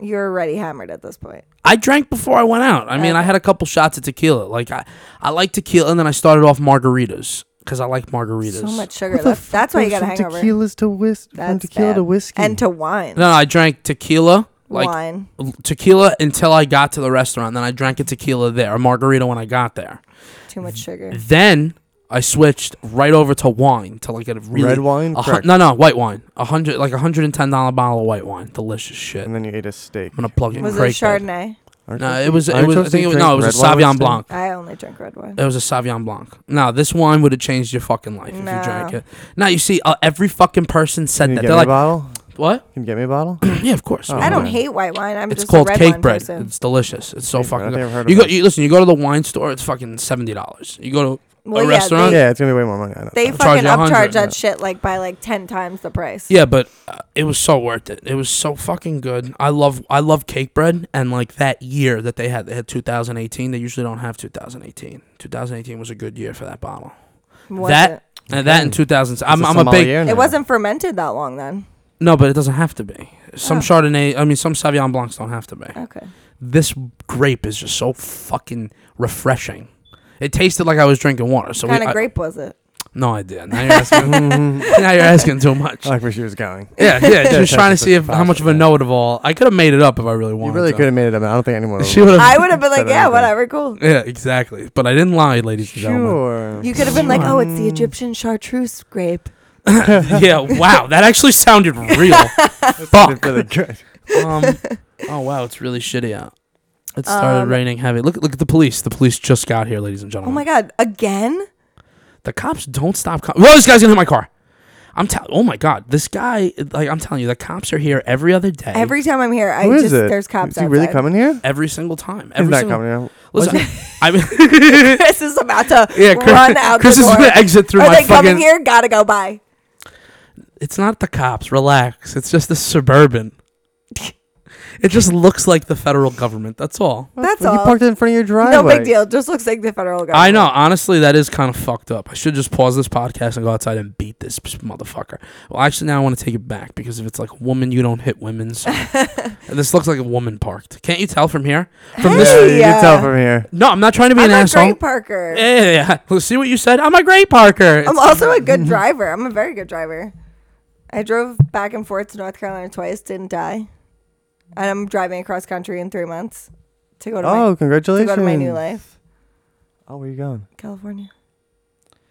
B: You're already hammered at this point.
A: I drank before I went out. I mean, I had a couple shots of tequila. Like I, I like tequila, and then I started off margaritas because I like margaritas.
B: So much
C: What
B: sugar.
C: the
B: That's, that's why you
C: fuck
B: got a
C: goes from
B: hangover.
C: Tequilas to whis- from
B: That's
C: tequila to
B: bad.
C: whiskey.
B: and to wine.
A: No, I drank tequila, like
B: wine.
A: l- tequila until I got to the restaurant. Then I drank a tequila there, a margarita when I got there.
B: Too much sugar.
A: Then I switched right over to wine to like a really
C: red wine.
A: a hun-
C: Correct.
A: no, no, white wine. A hundred, like a hundred and ten dollar bottle of whight wine. Delicious shit.
C: And
A: I'm
C: then you ate a steak.
A: gonna plug it.
B: Was it
A: Craig did.
B: Chardonnay?
C: Aren't
A: No,
C: you-
A: it was. It
C: aren't
A: was.
C: you
A: I think it was.
C: supposed to
A: No, it was a
C: drink red wine
A: Sauvignon
C: with
A: Blanc.
B: I only drink red wine.
A: It was a Sauvignon Blanc. Now this wine would have changed your fucking life if you drank
B: No.
A: it. Now you see, uh, every fucking person
C: steak? Can
A: said
C: you
A: that.
C: get
A: They're
C: me a
A: like,
C: bottle?
A: "What?
C: Can you get me a bottle?
A: yeah, of course."
C: Oh,
B: I don't
C: man.
B: hate white wine. I'm
A: it's
B: just
A: called
B: a red
A: cake
B: wine
A: bread.
B: person.
A: It's delicious. It's so
C: Cake bread.
A: fucking.
C: I've
A: good.
C: never heard of
A: you go.
C: it.
A: You, listen. You go to the wine store. It's fucking seventy dollars. You go to
B: Well,
A: a
B: yeah,
A: restaurant. Yeah,
C: yeah, it's gonna be way more money. I know.
B: They
A: I'll charge
B: fucking
A: you a hundred,
B: upcharge
A: yeah.
B: that shit like by like ten times the price.
A: but uh, it was so worth it. It was so fucking good. I love. I love cake bread. And like that year that they had, they had 2018. They usually don't have 2018. 2018 was a good year for that bottle.
B: Was
A: that
B: it?
A: and that in
C: Okay.
A: 2000.
C: It's
A: I'm, I'm a
C: sommelier
A: big.
B: It
C: now.
B: wasn't fermented that long then.
A: No, but it doesn't have to be. Some
B: Oh.
A: Chardonnay. I mean, some Sauvignon Blancs don't have to be.
B: Okay.
A: This grape is just so fucking refreshing. It tasted like I was drinking water. So
B: What kind
A: we,
B: of
A: I-
B: grape was it?
A: No, I did. Now you're asking, now you're asking too much.
C: I like where she was going.
A: yeah, yeah. She was
C: Yeah,
A: trying to
C: that's
A: see if how much of a
C: possible.
A: know it all. I could have made it up if I really wanted.
C: You really
A: to.
C: could have made it up. I don't think anyone.
A: She
C: would-
A: would
B: I
A: have.
B: would have been like,
C: Better
B: yeah,
C: than-
B: whatever, cool.
A: Yeah, exactly. But I didn't lie, ladies and gentlemen.
C: Sure.
B: You could have been like, oh, it's the
A: Mm.
B: Egyptian chartreuse grape.
A: yeah. Wow, that actually sounded real. Fuck.
C: Really good.
A: Um, oh wow, it's really shitty out. It started
B: Um,
A: raining heavy. Look, look at the police. The police just got here, ladies and
B: Oh
A: gentlemen.
B: my god, again?
A: The cops don't stop. Co- Whoa, this guy's gonna hit my car. I'm telling. Oh my god, this guy. Like I'm telling you, the cops are here every other day.
B: Every time I'm here, I
C: Who is
B: just
C: it?
B: there's cops
C: Is he really
B: outside.
C: coming here?
A: every single time.
C: He's
A: Every
C: not
A: single.
C: coming here.
A: Listen, I mean,
B: Chris is about to
A: yeah, Chris,
B: run out
A: Chris
B: the
A: is
B: door.
A: gonna exit through
B: Are
A: my
B: they coming
A: fucking.
B: here? Gotta go by.
A: It's not the cops. Relax. It's just the suburban. it just looks like the federal government. That's all.
B: That's
C: You
B: all.
C: parked it in front of your
B: No
C: driveway.
B: big deal. Just looks like the federal government.
A: I know. Honestly, that is kind of fucked up. I should just pause this podcast and go outside and beat this motherfucker. Well, actually, now I want to take it back because if it's like a woman, you don't hit women. So. this looks like a woman parked. Can't you tell from here? From
C: Yeah,
A: this?
B: Hey!
C: you can tell
B: Yeah.
C: from here.
A: No, I'm not trying to be
B: I'm
A: an
B: a
A: asshole.
B: great Parker.
A: Yeah, yeah, yeah. Well, see what you said. I'm a great Parker.
B: I'm also a good driver. I'm a very good driver. I drove back and forth to North Carolina twice, didn't die. And I'm driving across country in three months to go to,
C: Oh,
B: my, to,
C: congratulations!
B: go to my new life,
C: Oh, where you going?
B: California.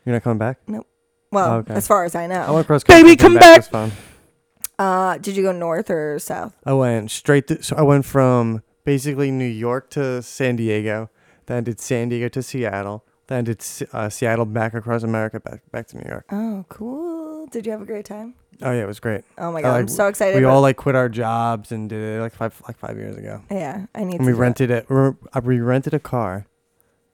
C: You're not coming back?
B: Well,
C: Okay.
B: as far as I
C: I
B: know.
C: went cross
A: Baby,
C: country.
A: come
C: It
A: back.
C: was fun.
B: Uh, did you go north or south?
C: I went straight. To, so I went from basically New York to San Diego, then I did San Diego to Seattle, then I did Se- uh, Seattle back across America back back to New York.
B: Oh, cool. Did you have a great time?
C: Oh yeah, it was great.
B: Oh my god,
C: like,
B: I'm so excited.
C: We
B: about-
C: all like quit our jobs and did it like five like five years ago.
B: yeah, I need
C: And
B: to.
C: we
B: do
C: rented it. we're- uh, We rented a car,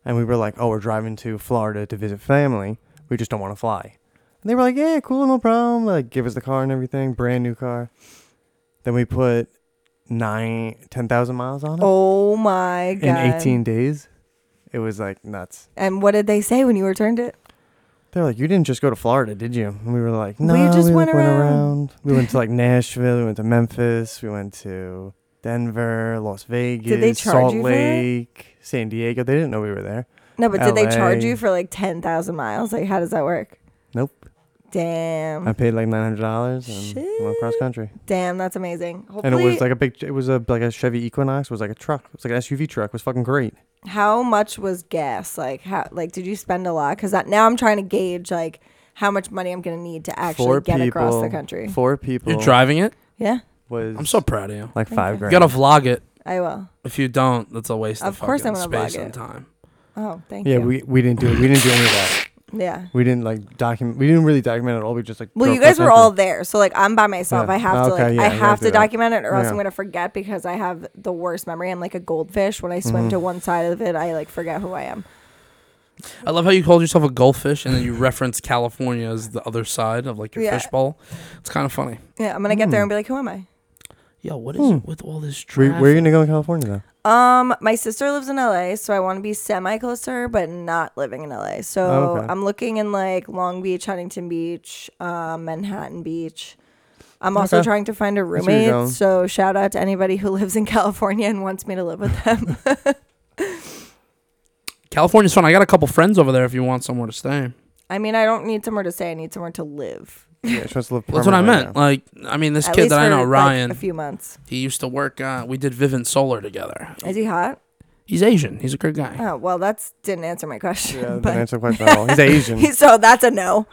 C: and we were like, "Oh, we're driving to Florida to visit family. We just don't want to fly." And they were like, "Yeah, cool, no problem." Like, give us the car and everything, brand new car. Then we put nine, ten thousand miles on
B: that.
C: it
B: Oh my
C: in
B: god.
C: eighteen days. It was like nuts.
B: And what did they say when you returned it?
C: They were like, "You didn't just go to Florida, did you?" And we were like,
B: We
C: "No,
B: just
C: like,
B: went around."
C: We went to like Nashville. We went to Memphis. We went to Denver, Las Vegas,
B: charge
C: Salt
B: you for it?
C: Lake, San Diego. They didn't know we were there.
B: No, but did they charge
C: LA.
B: you for like ten thousand miles? Like, how does that work?
C: Nope.
B: Damn.
C: I paid like nine hundred dollars and went cross
B: Mm. Shit.
C: country.
B: Damn, that's amazing. Hopefully,
C: And it was like a big. It was a like a Chevy Equinox. It was like a truck. It was like an SUV truck. It was fucking great.
B: how much was gas? Like, how like did you spend a lot? Because now I'm trying to gauge like how much money I'm gonna need to actually
C: Four
B: get across the
C: people.
B: country.
C: Four people.
A: You're driving it.
B: Yeah,
C: was.
A: I'm so proud of you.
C: like five
A: You
C: grand.
A: gotta vlog it.
B: I will.
A: If you don't, that's a waste of,
B: Of course
A: fucking
B: I'm gonna
A: space
B: vlog
A: and
B: it.
A: time.
B: Oh, thank
C: yeah,
B: you.
C: we we didn't do we didn't do any of that.
B: yeah.
C: We didn't like document. We didn't really document it at all. We just like.
B: Well,
C: drove
B: you guys
C: cross
B: were all
C: country.
B: there, so like I'm by myself.
C: Yeah.
B: I have to
C: Okay,
B: like
C: yeah,
B: I
C: you gotta
B: have
C: do
B: to
C: that.
B: document it, or else I'm
C: Yeah.
B: gonna forget because I have the worst memory. I'm like a goldfish. When I swim
C: Mm-hmm.
B: to one side of it, I like forget who I am.
A: I love how you called yourself a goldfish and then you reference California as the other side of like your
B: Yeah.
A: fishbowl. It's kind of funny.
B: Yeah, I'm gonna get there and
C: Mm.
B: be like, who am I?
A: Yo, what is
C: Hmm.
A: with all this
C: Where,
A: traffic?
C: where are you gonna go in California though?
B: Um, my sister lives in LA, so I want to be semi closer, but not living in LA. So
C: Oh, okay.
B: I'm looking in like Long Beach, Huntington Beach, uh, Manhattan Beach. I'm also
C: Okay.
B: trying to find a
C: where you're going.
B: roommate. So shout out to anybody who lives in California and wants me to live with them.
A: California's fun. I got a couple friends over there if you want somewhere to stay.
B: I mean, I don't need somewhere to stay. I need somewhere to live.
C: Yeah, she wants to live.
A: That's what I
C: permanently
A: meant.
C: now.
A: Like, I mean, this
B: At
A: kid
B: least
A: that I
B: for,
A: know,
B: like,
A: Ryan,
B: a few months.
A: he used to work, uh, we did Vivint Solar together.
B: Is he hot?
A: He's Asian. He's a good guy.
B: Oh well, that's didn't answer my question.
C: Yeah, didn't
B: but
C: answer the question at all. He's Asian.
B: so that's a no.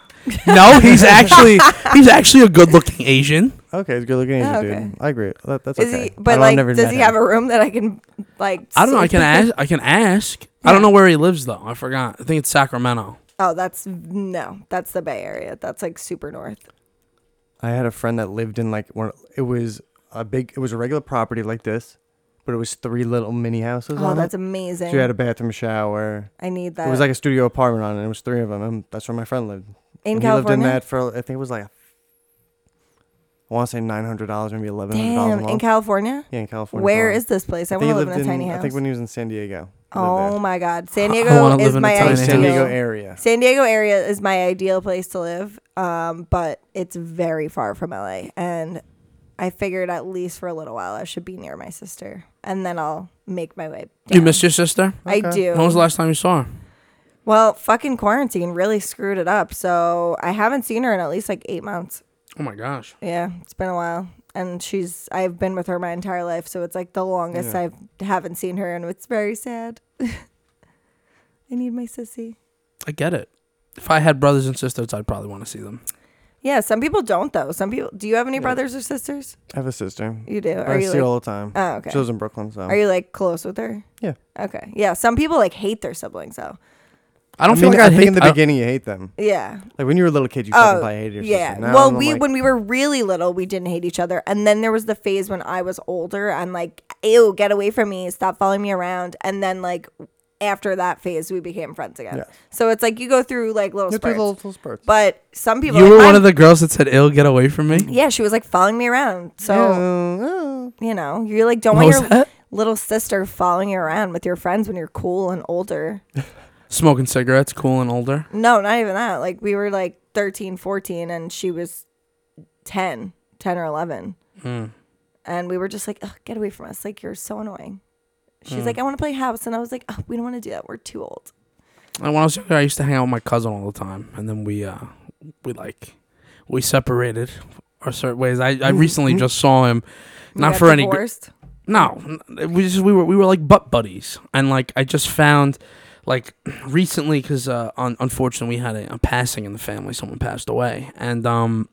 A: no, he's actually he's actually a good-looking Asian.
C: okay, he's a good looking Asian
B: Oh, okay.
C: dude. I agree. That, that's
B: Is
C: okay.
B: he? But
C: I've
B: like,
C: never
B: does
C: met
B: he
C: him.
B: have a room that I can like?
A: I don't know. I can
B: sleep
A: ask. I can ask. I don't know where he lives though. I forgot. I think it's Sacramento.
B: Oh, that's no, that's the Bay Area. That's like super north.
C: I had a friend that lived in like one. It was a big. It was a regular property like this, but it was three little mini houses.
B: Oh,
C: on
B: that's
C: it.
B: amazing.
C: So you had a bathroom, shower.
B: I need that.
C: It was like a studio apartment on it. and It was three of them. And that's where my friend lived.
B: in
C: and
B: California.
C: He lived in that for I think it was like I want to say nine hundred dollars, maybe eleven hundred dollars a
B: Damn, in
C: month.
B: California.
C: yeah, in California.
B: Where is this place? I,
C: uh, I
B: want to
C: think he
B: live in
C: lived
B: a tiny
C: I
B: house.
C: think when he was in San Diego. he lived
B: oh
C: there.
B: my God, San
A: I
B: Diego
A: wanna live
B: is
A: in a
B: Oh my
A: tiny
C: Like
A: house.
B: ideal.
C: San Diego area.
B: San Diego area is my ideal place to live, um, but it's very far from LA. And I figured at least for a little while I should be near my sister, and then I'll make my way.
A: You
B: down.
A: miss your sister?
B: I
C: Okay.
B: do.
A: When was the last time you saw her?
B: Well, fucking quarantine really screwed it up. So I haven't seen her in at least like eight months.
A: Oh my gosh.
B: Yeah, it's been a while. And she's, I've been with her my entire life. So it's like the longest
C: Yeah.
B: I haven't seen her. And it's very sad. I need my sissy.
A: I get it. If I had brothers and sisters, I'd probably want to see them.
B: Yeah, some people don't, though. Some people, do you have any
C: Yeah.
B: brothers or sisters?
C: I have a sister.
B: You do. Are
C: I
B: you
C: see
B: like,
C: her all the time.
B: oh, okay.
C: She lives in Brooklyn, so
B: Are you like close with her?
C: Yeah.
B: Okay. Yeah, some people like hate their siblings, though.
A: I don't
C: I
A: feel
C: mean,
A: like
C: I
A: I'd
C: think
A: hate
C: in the
A: I don't-
C: beginning you hate them.
B: Yeah.
C: Like when you were a little kid, you
B: Oh,
C: fucking probably hated your
B: Yeah.
C: sister. Now
B: well,
C: I'm
B: we
C: like,
B: when we were really little, we didn't hate each other, and then there was the phase when I was older and like, ew, get away from me, stop following me around, and then like after that phase, we became friends again.
C: Yeah.
B: So it's like you go through like little
C: You have
B: spurts.
C: little, little spurts.
B: But some people,
A: You
B: like,
A: were one
B: I'm-
A: of the girls that said, "Ill, get away from me."
B: yeah, she was like following me around. So
C: Yeah.
B: you know, you like don't
A: What
B: want
A: was
B: your
A: that?
B: little sister following you around with your friends when you're cool and older.
A: Smoking cigarettes, cool and older.
B: No, not even that. Like we were like 13, 14 and she was 10, 10 or 11.
A: Mm.
B: And we were just like, Ugh, get away from us. Like you're so annoying. She's
A: Hmm.
B: like, I want to play house. And I was like, oh, we don't want to do that. We're too old.
A: And when I was younger, I used to hang out with my cousin all the time, and then we uh we like we separated our certain ways. I,
B: Mm-hmm.
A: I recently just saw him,
B: We
A: not
B: got
A: for any good.
B: divorced.
A: No, n- we just we were we were like butt buddies, and like I just found like recently because uh, un- unfortunately we had a, a passing in the family. Someone passed away, and um.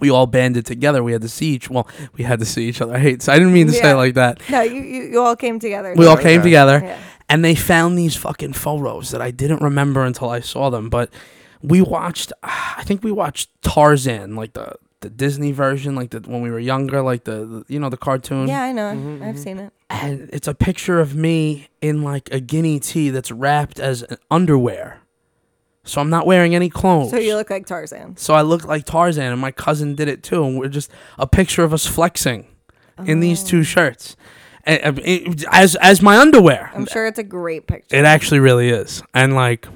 A: We all banded together. We had to see each. Well, we had to see each other. I hate. So I didn't mean to say
B: Yeah.
A: it like that.
B: No, you, you, you all came together.
A: We all
C: Okay.
A: came together
B: Yeah.
A: and they found these fucking photos that I didn't remember until I saw them. But we watched, ah, I think we watched Tarzan, like the the Disney version, like the when we were younger, like the, the you know the cartoon.
B: yeah, I know.
C: Mhm,
B: I've
C: mhm.
B: seen it.
A: And it's a picture of me in like a guinea tee that's wrapped as an underwear, so I'm not wearing any clothes.
B: So you look like Tarzan.
A: So I look like Tarzan, and my cousin did it too. And we're just a picture of us flexing in these
B: Oh.
A: two shirts, and, and- as as my underwear.
B: I'm sure it's a great picture.
A: It actually really is. And like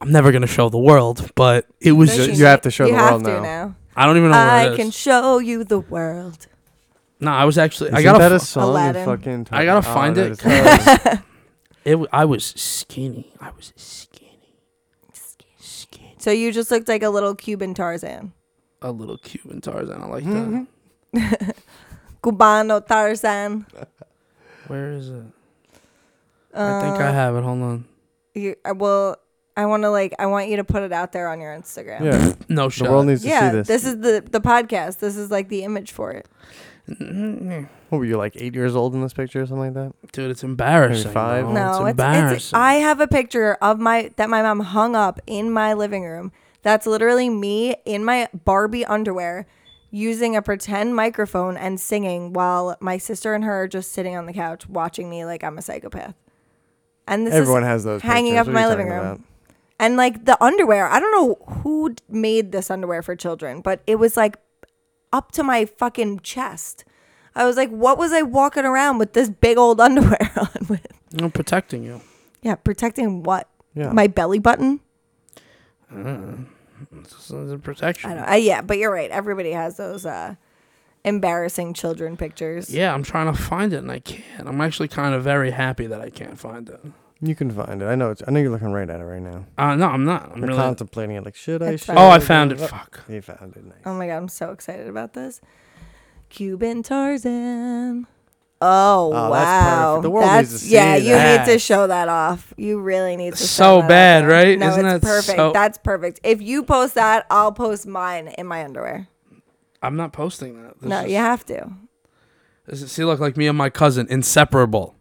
A: I'm never gonna show the world, but it was
B: Don't
C: Does-
A: just
C: you have to show
B: you
C: the
B: have
C: world
B: to
C: now.
A: I don't even know where
B: I
A: it
B: can
A: is.
B: show you the world.
A: No, I was actually I
C: Isn't
A: gotta
C: that a
A: f-
C: song in
B: Aladdin.
C: fucking
A: I gotta
C: Tokyo? Oh,
A: find
C: that
A: it
C: is
A: 'cause it w- I was skinny. I was skinny. Skinny.
B: So you just looked like a little Cuban Tarzan.
A: A little Cuban Tarzan. I like
B: Mm-hmm.
C: Mhm.
A: that.
B: Cubano Tarzan.
A: Where is it?
B: Uh,
A: I think I have it. Hold on.
B: You, uh, well, I want to like I want you to put it out there on your Instagram.
C: yeah,
A: No
C: the
A: shot.
C: world needs to
B: Yeah,
C: see this.
B: this. is the the podcast. This is like the image for it.
A: Dude,
C: What were you like eight years old in this picture or something like that?
A: Mm-hmm. it's embarrassing.
C: five?
A: though.
C: Oh,
B: no,
A: it's
B: it's,
A: embarrassing.
B: I have a picture of my that my mom hung up in my living room. That's literally me in my Barbie underwear using a pretend microphone and singing while my sister and her are just sitting on the couch watching me like I'm a psychopath. And this is
C: Everyone has those.
B: hanging
C: pictures.
B: up in
C: What
B: my
C: are you
B: living
C: talking
B: room.
C: about?
B: And like the underwear, I don't know who d- made this underwear for children, but it was like up to my fucking chest. I was like, what was I walking around with this big old underwear on with?
A: I'm protecting you.
B: Yeah, protecting what?
C: Yeah.
B: My belly button?
A: Uh, this is a
B: I don't
A: protection.
B: uh, yeah, but you're right. Everybody has those uh embarrassing children pictures.
A: Yeah, I'm trying to find it and I can't. I'm actually kind of very happy that I can't find it.
C: You can find it. I know. It's, I know you're looking right at it right now.
A: Uh, no, I'm not. I'm
C: You're
A: really.
C: contemplating it. Like, should I?
B: It's
C: Should
B: fine.
A: Oh, I
C: do
A: found it.
C: that?
A: Fuck.
C: You found it. Nice.
B: Oh my god, I'm so excited about this. Cuban Tarzan. Oh,
C: Oh, that's
B: wow.
C: perfect. The world
B: That's-
C: needs to see
B: yeah, you
A: that.
B: need to show that off. You really need to show
A: So
B: that off.
A: bad, right?
B: No,
A: Isn't
B: it's
A: that
B: perfect.
A: so-
B: That's perfect. If you post that, I'll post mine in my underwear.
A: I'm not posting that. This
B: no,
A: is-
B: you have to.
A: This is, see, look, like me and my cousin, inseparable.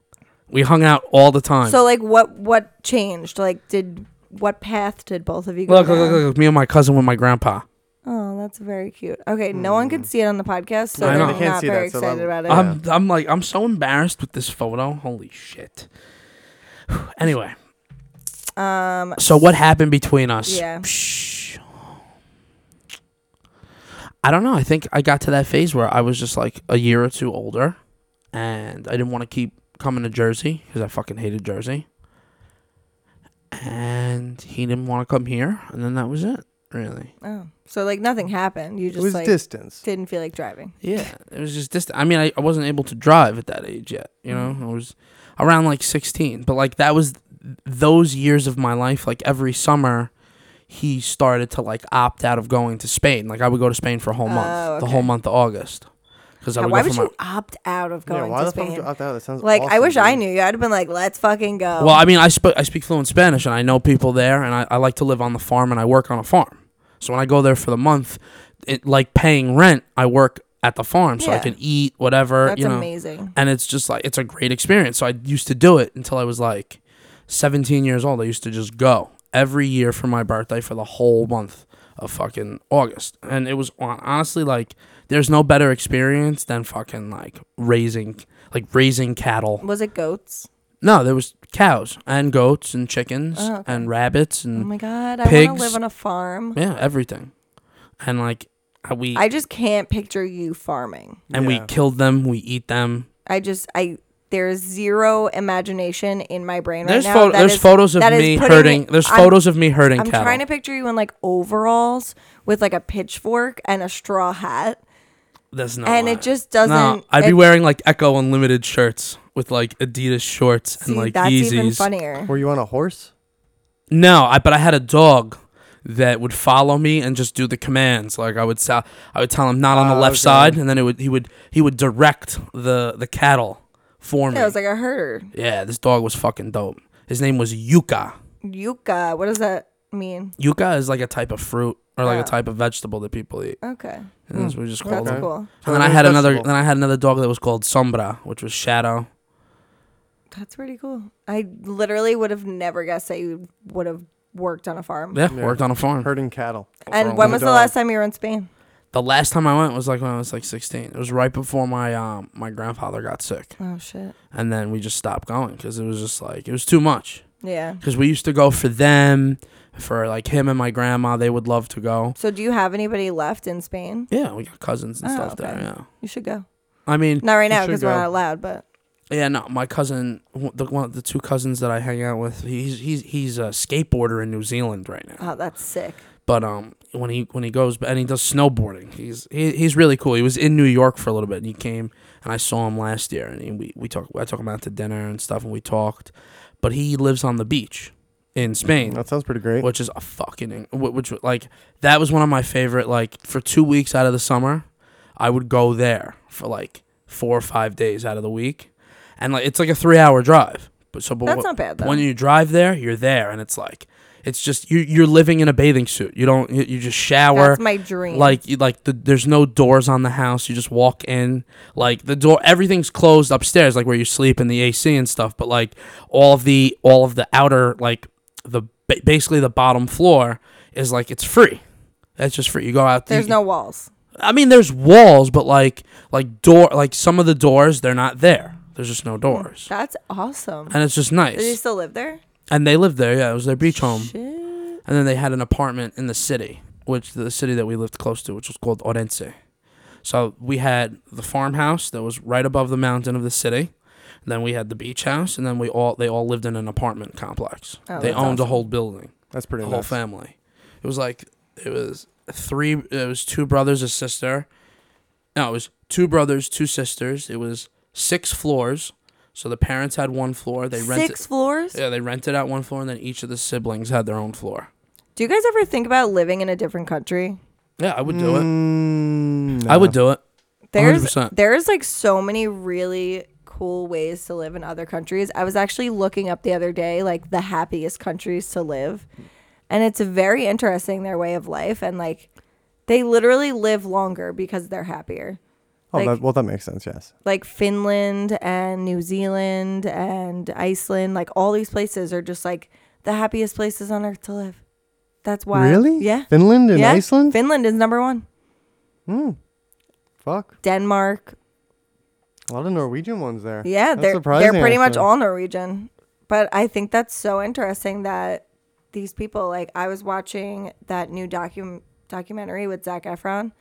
A: We hung out all the time.
B: So like what what changed? Like did what path did both of you go
A: look, look,
B: down?
A: look, look, Me and my cousin with my grandpa.
B: Oh, that's very cute. Okay, no one
C: Hmm.
B: can see it on the podcast, so
A: I
B: they're
A: know.
B: not
A: They
C: can't see
B: very
C: that, so
B: excited
C: that-
B: about it.
C: Yeah.
A: I'm, I'm like, I'm so embarrassed with this photo. Holy shit. anyway,
B: Um,
A: so what happened between us?
B: Yeah.
A: Psh. I don't know. I think I got to that phase where I was just like a year or two older, and I didn't want to keep coming to Jersey because I fucking hated Jersey. And he didn't want to come here, and then that was it. Really.
B: oh, so like nothing happened. You
C: It
B: just
C: was
B: like
C: distance.
B: didn't feel like driving.
A: Yeah, it was just distant. I mean, I, I wasn't able to drive at that age yet. You know,
B: Mm.
A: I was around like 16, but like that was those years of my life. Like every summer, he started to like opt out of going to Spain. Like I would go to Spain for a whole month,
B: Oh,
A: the
B: okay.
A: whole month of August, because I
B: Now,
A: would
B: why
A: go
B: would
A: for my.
B: you opt out of
C: Yeah.
B: going
C: Why
B: to
C: the fuck would
B: Spain?
C: you opt out? That sounds
B: Like I
C: awesome,
B: wish I
C: dude.
B: knew you. I'd have been like, let's fucking go.
A: Well, I mean, I sp- I speak fluent Spanish and I know people there, and I, I like to live on the farm and I work on a farm. So when I go there for the month, it, like paying rent, I work at the farm, so I
B: Yeah.
A: can eat whatever.
B: that's
A: you know.
B: amazing.
A: and it's just like it's a great experience. So I used to do it until I was like 17 years old. I used to just go every year for my birthday for the whole month of fucking August, and it was hon- honestly like there's no better experience than fucking like raising like raising cattle.
B: Was it goats?
A: No, there was cows and goats and chickens
B: Oh, okay.
A: and rabbits
B: Oh
A: and
B: my god, I want
A: Pigs.
B: to live on a farm.
A: yeah, everything. And like uh, we
B: I just can't picture you farming.
A: and we
C: Yeah.
A: killed them, we eat them.
B: I just I there's zero imagination in my brain
A: There's
B: right now.
A: photo
B: That
A: there's
B: is-
A: photos of
B: that is
A: me
B: putting
A: hurting.
B: it-
A: there's
B: I'm-
A: photos of me hurting
B: I'm
A: cattle.
B: trying to picture you in like overalls with like a pitchfork and a straw hat,
A: There's no
B: and
A: way.
B: it just doesn't.
A: No, I'd be
B: it-
A: wearing like Echo Unlimited shirts with like Adidas shorts
B: see,
A: and like
B: that's
A: Yeezys.
B: even funnier.
C: Were you on a horse?
A: No, I but I had a dog that would follow me and just do the commands. Like I would sa- I would tell him not on the
B: Oh,
C: Ah,
A: left
C: okay.
A: side, and then it would he would he would direct the the cattle for me.
B: Yeah, it was like a herder.
A: yeah, this dog was fucking dope. His name was Yuka.
B: Yucca. What does that mean?
A: Yuka is like a type of fruit or like
B: Oh.
A: a type of vegetable that people eat.
B: Okay,
A: And that's what we just
B: Mm. that's
A: called him.
B: cool.
A: And then I
C: Chinese
A: had another
C: vegetable.
A: then I had another dog that was called Sombra, which was shadow.
B: That's pretty cool. I literally would have never guessed that you would have worked on a farm.
A: Yeah,
C: Yeah.
A: worked on a farm.
C: Herding cattle.
A: on
B: and when
C: the
B: was the
C: dog.
B: last time you were in Spain?
A: The last time I went was like when I was like 16. It was right before my um my grandfather got sick.
B: Oh shit.
A: and then we just stopped going because it was just like it was too much
B: Yeah.
A: because we used to go for them for like him and my grandma they would love to go
B: So do you have anybody left in Spain?
A: yeah we got cousins and
B: Oh,
A: stuff there
B: okay.
A: yeah
B: You should go.
A: i mean
B: Not right now
C: should
B: because we're
C: go.
B: not allowed, but
A: yeah no my cousin w- the one the two cousins that i hang out with he's he's he's a skateboarder in new zealand right now
B: oh, that's sick.
A: but um when he when he goes and he does snowboarding he's he, he's really cool he was in new york for a little bit and he came and i saw him last year and he, we we talked i took him out to dinner and stuff and we talked but he lives on the beach in spain
C: That sounds pretty great.
A: which is a fucking wh- which like that was one of my favorite like for two weeks out of the summer i would go there for like four or five days out of the week and like it's like a three hour drive but so but
B: That's
A: wh-
B: not bad though.
A: when you drive there you're there and it's like it's just you you're living in a bathing suit you don't you, you just shower
B: that's my dream.
A: like you, like the, there's no doors on the house you just walk in like the door everything's closed upstairs like where you sleep in the AC and stuff but like all of the all of the outer like the ba- basically the bottom floor is like it's free that's just free you go out
B: there's
A: you-
B: no walls.
A: I mean there's walls but like like door like some of the doors they're not there there's just no doors
B: That's awesome.
A: and it's just
B: Do they
A: nice
B: still live there?
A: and they lived there yeah it was their beach home
B: Shit.
A: and then they had an apartment in the city, which the city that we lived close to, which was called Orense. So we had the farmhouse that was right above the mountain of the city. And then we had the beach house, and then we all they all lived in an apartment complex.
B: Oh,
A: they
B: that's
A: owned a
B: awesome.
A: whole building,
C: That's pretty
A: the
C: nice.
A: whole family. It was like it was three. It was two brothers, a sister. No, it was two brothers, two sisters. It was six floors. So the parents had one floor. They rented.
B: Six floors.
A: Yeah, they rented out one floor, and then each of the siblings had their own floor.
B: Do you guys ever think about living in a different country?
A: Yeah, I would do it.
C: Mm,
A: I
C: no.
A: would do it.
B: There's
A: 100%.
B: there's like so many really cool ways to live in other countries. I was actually looking up the other day like the happiest countries to live. And it's very interesting their way of life and like they literally live longer because they're happier.
C: Oh,
B: like-
C: that, well, that makes sense. Yes.
B: Like Finland and New Zealand and Iceland, like all these places are just like the happiest places on earth to live. That's why.
C: Really?
B: Yeah.
C: Finland and
B: Yeah.
C: Iceland.
B: Finland is number 1.
C: Hmm. Fuck.
B: Denmark,
C: A lot of Norwegian ones there.
B: Yeah,
C: That's
B: they're
C: surprising,
B: they're pretty much
C: actually.
B: all Norwegian. But I think that's so interesting that these people like I was watching that new docu- documentary with Zach Efron.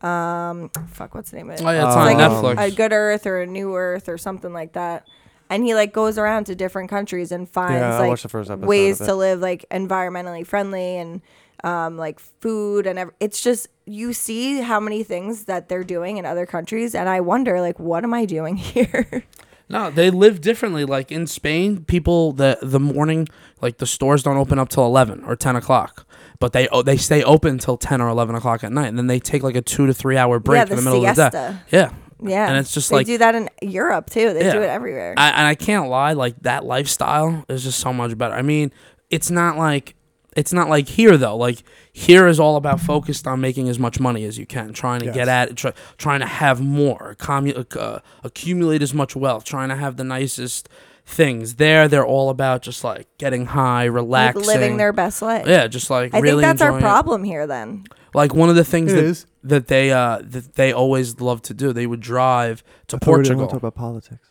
B: Um fuck what's the name of it?
A: Oh yeah, it's
C: Uh,
A: on
B: like
A: Netflix.
B: A, a good earth or a new earth or something like that. And he like goes around to different countries and finds
C: Yeah, I
B: like
C: watched the first episode.
B: ways
C: of it.
B: to live like environmentally friendly and um, like food and ev- it's just you see how many things that they're doing in other countries and I wonder like what am I doing here?
A: no, they live differently. Like in Spain, people the the morning like the stores don't open up till eleven or ten o'clock, but they oh, they stay open till ten or eleven o'clock at night, and then they take like a two to three hour break
B: yeah,
A: in
B: the
A: the middle of the day.
B: siesta.
A: Yeah,
B: Yeah,
A: And it's just
B: they
A: like-
B: do that in Europe too. They do
A: Yeah.
B: it everywhere.
A: I, and I can't lie, like that lifestyle is just so much better. I mean, it's not like it's not like here though. Like here is all about focused on making as much money as you can, trying to
C: Yes.
A: get at it, try, trying to have more, commu- uh, accumulate as much wealth, trying to have the nicest things. There, they're all about just like getting high,
B: Like,
A: relaxing,
B: living their best life.
A: yeah, just like
B: I
A: really
B: think that's our
A: enjoying it.
B: problem here. Then
A: Like one of the things
C: It
A: that
C: is.
A: that they uh that they always love to do, they would drive to
C: I thought we didn't
A: Portugal.
C: wanna talk about politics.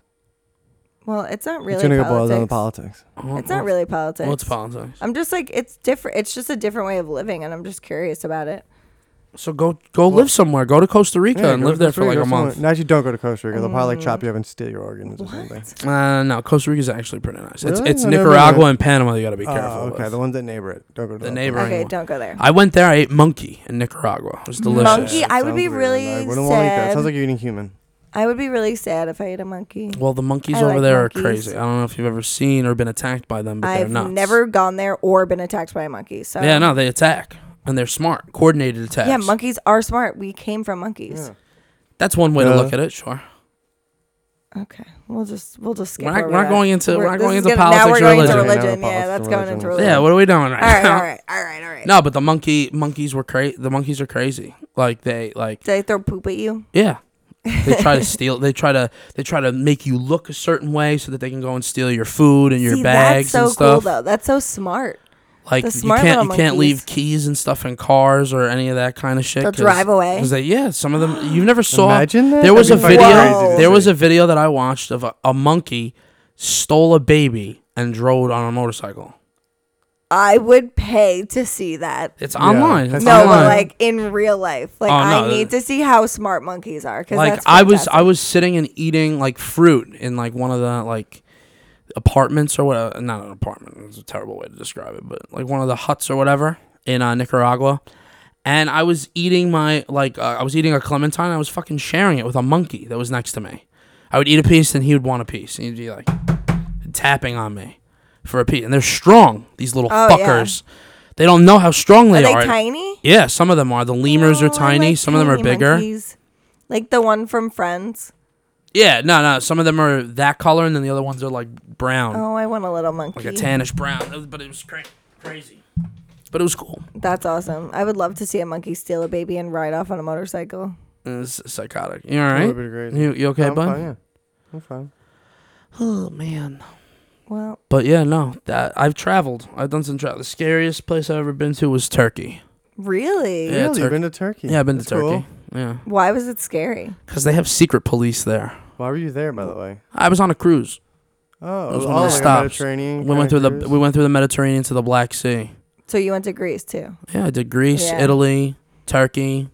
B: Well, it's not really
C: it's gonna go boil
B: politics.
C: down to politics.
B: It's not really politics.
A: Well, it's politics.
B: I'm just like it's different. It's just a different way of living, and I'm just curious about it.
A: So go go live somewhere. Go to Costa Rica and
C: go
A: live
C: to
A: there
C: Costa
A: for like
C: Rica,
A: a
C: go somewhere-
A: month.
C: No, actually, don't go to Costa Rica. They'll probably like
B: Mm.
C: chop you up and steal your organs or something.
A: Uh, no, Costa Rica's actually pretty nice. It's
C: Really?
A: it's
C: I never
A: Nicaragua
C: went.
A: and Panama. You got to be
C: Oh,
A: careful.
C: okay,
A: with.
C: the ones that neighbor it. Don't go to
A: The
C: those.
A: neighboring
B: Okay,
A: one.
B: don't go there.
A: I went there. I ate monkey in Nicaragua. It was delicious.
B: Monkey? I would
C: sounds
B: be
C: weird.
B: really
C: I wouldn't want to eat that.
B: sad.
C: Sounds like you're eating human.
B: I would be really sad if I ate a monkey.
A: Well, the monkeys
B: I
A: over
B: like
A: there
B: monkeys.
A: are crazy. I don't know if you've ever seen or been attacked by them, but they're
B: I've
A: nuts.
B: never gone there or been attacked by a monkey. So
A: Yeah, no, they attack and they're smart, coordinated attacks.
B: Yeah, monkeys are smart. We came from monkeys.
A: That's one way to
C: Yeah.
A: look at it. Sure.
B: Okay, we'll just we'll just skip.
A: We're not-
B: over
A: we're not
B: that.
A: going into- we're not
B: this
A: going
B: is
A: into
B: gonna-
A: politics or
B: Now we're going
A: religion.
B: into
C: Yeah,
B: religion.
C: now
B: Yeah,
C: politics
B: that's
C: or
B: going
C: religion.
B: into
C: Yeah,
B: religion.
A: Yeah. What are we doing right
B: All right,
A: now?
B: all right, all right, all right.
A: No, but the monkey monkeys were crazy. The monkeys are crazy. Like they like
B: Did I throw poop at you?
A: yeah. they try to steal. They try to. They try to make you look a certain way so that they can go and steal your food and your
B: See,
A: bags
B: that's so
A: and stuff.
B: cool though. That's so smart.
A: like
B: The
A: you
B: smart
A: can't you
B: little
A: can't leave
B: monkeys.
A: keys and stuff in cars or any of that kind of shit.
B: They'll drive away.
A: Because they yeah, some of them you never saw.
C: Imagine that.
A: There was a
C: That'd be fucking
B: Whoa.
A: video.
C: crazy to
A: There was
C: see.
A: a video that I watched of a, a monkey stole a baby and drove on a motorcycle.
B: I would pay to see that.
A: It's online.
C: that's
A: It's
B: no,
A: online.
B: but like in real life, like
A: Oh,
B: I
A: no.
B: need to see how smart monkeys are. Cause
A: like
B: that's
A: I was
B: fantastic.
A: I was sitting and eating like fruit in like one of the like apartments or what not an apartment it's a terrible way to describe it but like one of the huts or whatever in uh, Nicaragua and I was eating my like uh, I was eating a clementine I was fucking sharing it with a monkey that was next to me I would eat a piece and he would want a piece and he'd be like tapping on me for a piece and they're strong these little
B: Oh, yeah.
A: fuckers they don't know how strong they
B: Are they
A: are,
B: tiny?
A: yeah some of them are the lemurs
B: Oh,
A: are
B: I
A: tiny
B: like
A: some of them are
B: tiny
A: bigger
B: monkeys. Like the one from Friends.
A: Yeah, no, no. Some of them are that color, and then the other ones are like brown,
B: Oh, I want a little monkey.
A: like a tannish brown. It was- But it was cra- crazy. But it was cool.
B: That's awesome. I would love to see a monkey steal a baby and ride off on a motorcycle.
A: It was psychotic. You all
C: That
A: right?
C: would be crazy.
A: You, you okay,
C: No, I'm
A: bud?
C: fine, yeah. I'm fine.
A: Oh man.
B: Well,
A: But yeah, no. That I've traveled. I've done some travel. The scariest place I've ever been to was Turkey.
B: really?
A: Yeah,
C: Really? You've
A: Turkey.
C: been to Turkey?
A: Yeah, I've been to
C: That's cool.
A: Turkey. Yeah.
B: Why was it scary?
A: 'Cause they have secret police there.
C: Why were you there, by the way?
A: I was on a cruise.
C: Oh,
A: That was
C: oh,
A: one of the
C: like a
A: stops.
C: Mediterranean
A: we went
C: kinda
A: through the
C: cruise?
A: we went through the Mediterranean to the Black Sea.
B: So you went to Greece too.
A: Yeah, I did Greece,
B: Yeah.
A: Italy, Turkey.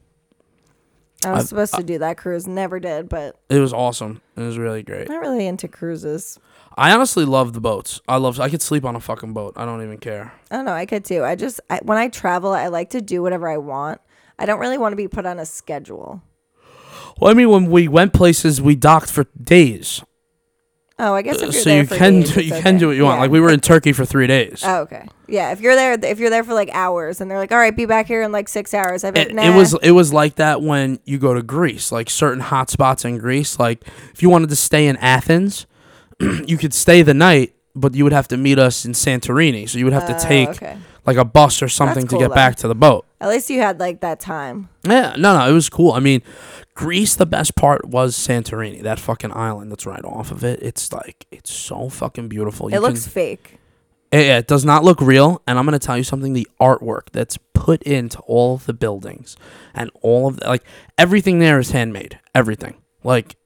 B: I was
A: I've-
B: supposed to do that cruise, never did, but
A: It was awesome. It was really great.
B: not really into cruises.
A: I honestly love the boats. I love. I could sleep on a fucking boat. I don't even care.
B: I don't know. I could too. I just I, when I travel, I like to do whatever I want. I don't really want to be put on a schedule.
A: Well, I mean, when we went places, we docked for days,
B: Oh, I guess if
A: Uh,
B: you're
A: so
B: there
A: you
B: for
A: can
B: days,
A: do,
B: it's
A: you can
B: okay.
A: do what you want.
B: Yeah.
A: Like we were in Turkey for three days.
B: Oh, okay. Yeah, if you're there, if you're there for like hours, and they're like, "All right, be back here in like six hours," I've
A: it,
B: nah.
A: it was it was like that when you go to Greece, like certain hot spots in Greece. Like if you wanted to stay in Athens, you could stay the night, but you would have to meet us in Santorini. So you would have
B: Oh,
A: to take
B: Okay.
A: like a bus or something
B: cool,
A: to get
B: though.
A: back to the boat.
B: At least you had like that time.
A: Yeah, no, no, it was cool. I mean, Greece. The best part was Santorini, that fucking island that's right off of it. It's like it's so fucking beautiful.
B: it looks fake.
A: Can, yeah, it does not look real. And I'm gonna tell you something. The artwork that's put into all the buildings and all of the, like everything there is handmade. Everything like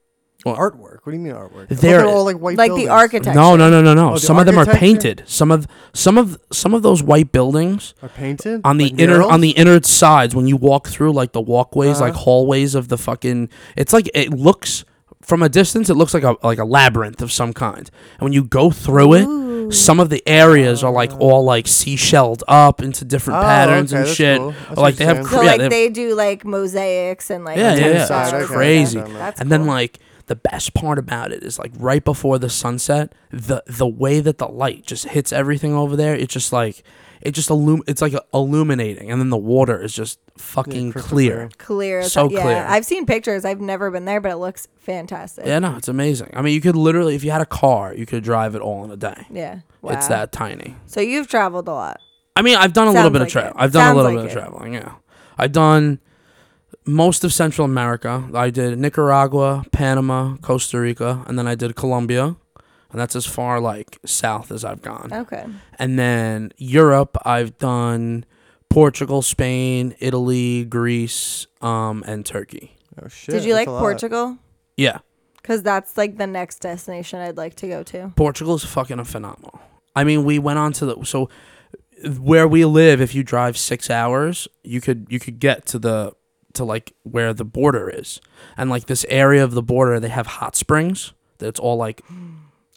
C: Artwork. What do you mean artwork?
A: There-
C: Look at all like white
B: Like the
C: buildings.
B: architecture.
A: no, no, no, no, no.
C: Oh, the
A: some of them are
C: architecture?
A: painted. Some of some of some of those white buildings
C: are painted
A: on the
C: Like
A: inner
C: murals?
A: on the inner sides when you walk through like the walkways
C: Uh-huh.
A: like hallways of the fucking it's like it looks from a distance it looks like a like a labyrinth of some kind and when you go through it
B: Ooh.
A: some of the areas are like all like seashelled up into different
C: Oh,
A: patterns
C: okay,
A: and
C: that's
A: shit
C: cool. That's
A: Or, like they have cr-
C: interesting.
B: So
A: yeah,
B: like
A: they
B: they,
A: have-
B: do like mosaics and like
A: Yeah, yeah, yeah.
B: textiles
A: It's
B: and
A: crazy.
B: stuff. That's
A: and then
B: cool.
A: like the best part about it is like right before the sunset the the way that the light just hits everything over there it's just like it just illum- it's like illuminating and then the water is just fucking
C: crystal
A: clear
C: clear.
B: clear. as-
A: so
B: yeah,
A: clear.
B: I've seen pictures. I've never been there, but it looks fantastic.
A: Yeah, no, it's amazing. I mean, you could literally, if you had a car, you could drive it all in a day.
B: Yeah. Wow.
A: It's that tiny.
B: So you've traveled a lot.
A: I mean, I've done a little
B: Sounds
A: bit
B: like
A: of travel.
B: it.
A: I've done
B: Sounds
A: a little
B: like
A: bit
B: it.
A: of traveling. Yeah, I've done most of Central America. I did Nicaragua, Panama, Costa Rica, and then I did Colombia, and that's as far like south as I've gone.
B: Okay.
A: And then Europe, I've done Portugal, Spain, Italy, Greece, um, and Turkey.
C: Oh shit.
B: Did you
C: that's
B: like
A: Uh,
C: a lot.
B: Portugal?
A: Yeah,
B: Because that's like the next destination I'd like to go to.
A: Portugal is fucking phenomenal. I mean, we went on to the so where we live. If you drive six hours, you could you could get to the to like where the border is, and like this area of the border, they have hot springs that's all like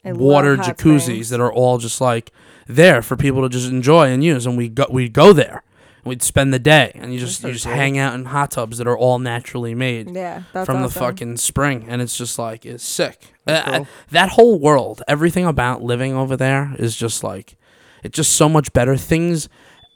B: I love
A: water
B: hot
A: jacuzzis
B: springs.
A: that are all just like there for people to just enjoy and use. And we go we would go there, and we'd spend the day, and you just
C: so
A: you just
C: cool.
A: hang out in hot tubs that are all naturally made
B: Yeah, that's
A: from the
B: awesome.
A: fucking spring, and it's just like it's sick.
C: That's
A: Uh,
C: cool.
A: that whole world, everything about living over there is just like it's just so much better. Things,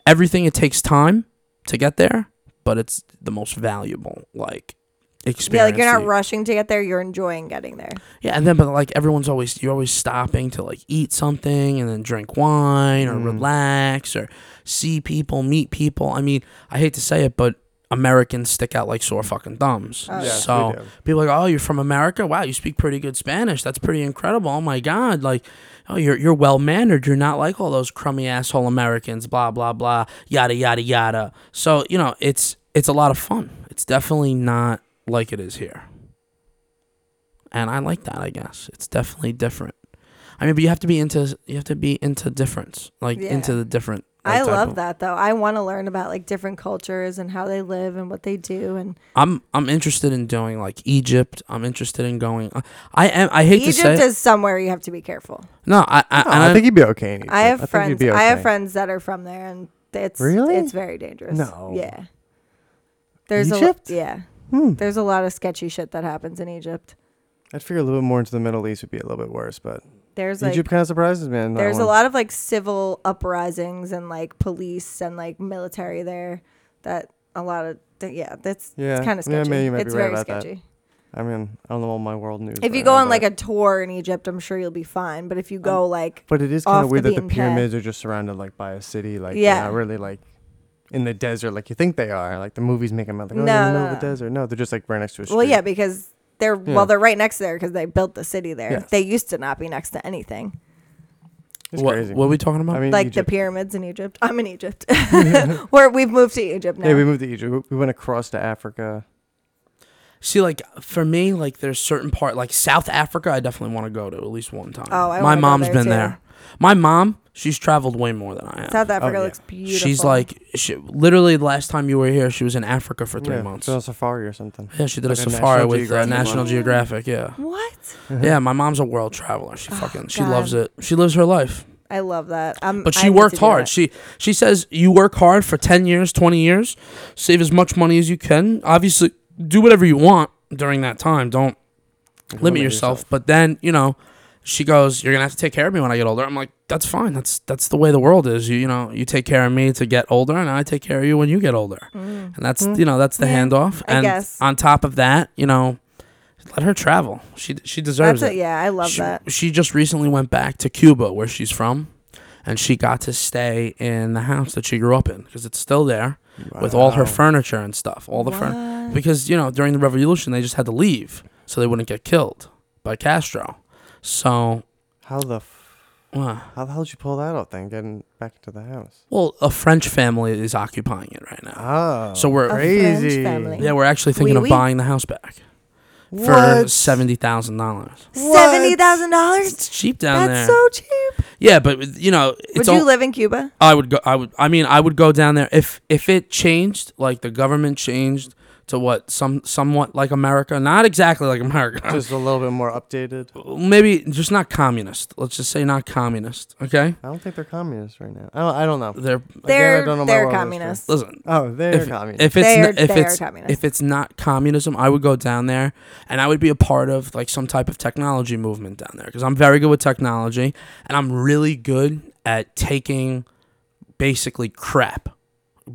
A: everything it takes time to get there, but it's the most valuable like
B: Yeah,
A: experience.
B: like you're
A: that
B: not
A: you-
B: rushing to get there. You're enjoying getting there.
A: yeah, and then but like everyone's always you're always stopping to like eat something and then drink wine or
C: Mm.
A: relax or see people, meet people. I mean, I hate to say it, but Americans stick out like sore fucking thumbs.
B: Oh, yeah.
C: Yes, we
A: so
C: do.
A: people are like, "Oh, you're from America? Wow, you speak pretty good Spanish. That's pretty incredible. Oh my god, like, oh, you're you're well mannered. You're not like all those crummy asshole Americans. Blah blah blah. Yada yada yada. So you know, it's it's a lot of fun. It's definitely not like it is here, and I like that. I guess it's definitely different. I mean, but you have to be into you have to be into difference, like
B: Yeah.
A: into the different. like,
B: I
A: type
B: love
A: of-
B: that though. I want to learn about like different cultures and how they live and what they do. And
A: I'm I'm interested in doing like Egypt. I'm interested in going. I, I am. I hate to say.
B: Egypt
A: it.
B: is somewhere you have to be careful.
A: no, I I,
C: No,
A: and
C: I think you'd be okay. in Egypt.
B: I have
C: think you'd
B: friends.
C: be
B: I have
C: okay.
B: friends that are from there, and it's
C: Really?
B: it's very dangerous.
C: No.
B: yeah. There's
C: Egypt?
B: a yeah.
C: Hmm.
B: There's a lot of sketchy shit that happens in Egypt.
C: I'd figure a little bit more into the Middle East would be a little bit worse, but
B: There's like
C: Egypt kind of surprises me. on that
B: there's a
C: one.
B: lot of like civil uprisings and like police and like military there. That a lot of th- yeah. That's
C: Yeah,
B: it's kind of
C: yeah,
B: sketchy.
C: maybe you might
B: it's
C: be right
B: very
C: about that.
B: sketchy.
C: I mean, I don't know all my world news.
B: If you
C: right
B: go
C: now,
B: on like
C: but-
B: a tour in Egypt, I'm sure you'll be fine. But if you go like
C: But it is
B: off
C: kind
B: the
C: of weird that the
B: beaten path.
C: pyramids are just surrounded like by a city, like
B: Yeah.
C: they're not really like in the desert, like you think they are. Like the movies make them out like oh,
B: No,
C: they're in the
B: no,
C: middle of the
B: no.
C: desert. No, they're just like right next to a street.
B: Well, yeah, because they're
C: Yeah.
B: well, they're right next there because they built the city there.
C: Yes.
B: They used to not be next to anything,
C: it's
A: what,
C: crazy.
A: what are we talking about?
C: I mean,
B: like
C: Egypt.
B: the pyramids in Egypt. I'm in Egypt. Where we've moved to Egypt now.
C: Yeah, we moved to Egypt. We- We went across to Africa.
A: See, like for me, like there's certain part, like South Africa, I definitely want to go to at least one time.
B: Oh, I
A: my
B: wanna go
A: mom's
B: there,
A: been
B: too.
A: there. My mom, she's traveled way more than I have.
B: South Africa
C: Oh, yeah.
B: looks beautiful.
A: she's like, she, literally, the last time you were here, she was in Africa for three
C: yeah,
A: months.
C: so a safari or something.
A: yeah, she did
C: like
A: a
C: a
A: safari
C: National
A: with uh,
C: Geographic Uh-huh.
A: National
B: one.
A: Geographic. Yeah,
B: what?
A: yeah. My mom's a world traveler. She fucking, she
B: Oh, God.
A: loves it. She lives her life.
B: I love that. i
A: But she worked hard. She she says you work hard for ten years, twenty years, save as much money as you can. Obviously, do whatever you want during that time. Don't
C: Like,
A: limit yourself. But then you know, she goes, "You're gonna have to take care of me when I get older." I'm like, "That's fine. That's that's the way the world is. You you know, you take care of me to get older, and I take care of you when you get older.
B: Mm.
A: And that's
C: Mm.
A: you know that's the
B: Yeah,
A: handoff.
B: I
A: And
B: guess.
A: on top of that, you know, let her travel. She she deserves
B: That's a,
A: it
B: yeah, I love
A: she,
B: that.
A: She just recently went back to Cuba, where she's from, and she got to stay in the house that she grew up in because it's still there with all her
C: Wow.
A: furniture and stuff. All the furniture.
B: fun.
A: Because, you know, during the revolution, they just had to leave so they wouldn't get killed by Castro. So,
C: How the f-
A: uh,
C: how the hell did you pull that off then? Getting back into the house.
A: well, a French family is occupying it right now.
C: Oh,
A: So we're- A French
C: crazy.
B: family.
A: Yeah, we're actually thinking
B: Oui, oui.
A: of buying the house back for
C: What?
A: seventy thousand dollars.
B: Seventy thousand dollars.
A: It's cheap down
B: That's
A: there.
B: so cheap.
A: yeah, but you know, it's
B: Would
A: all,
B: you live in Cuba?
A: I would go. I would. I mean, I would go down there if if it changed, like the government changed to what some somewhat like America, not exactly like America.
C: Just a little bit more updated.
A: Maybe just not communist. Let's just say not communist. Okay,
C: I don't think they're communists right now. I don't, I don't know.
A: they're
C: Again, I
B: They're
C: don't know my
B: they're
C: world history.
B: communists.
A: listen.
C: Oh, they're
A: If,
C: communists.
A: if it's
B: They're
A: not, if
B: they're
A: it's
B: communists.
A: if it's not communism, I would go down there and I would be a part of like some type of technology movement down there because I'm very good with technology and I'm really good at taking basically crap,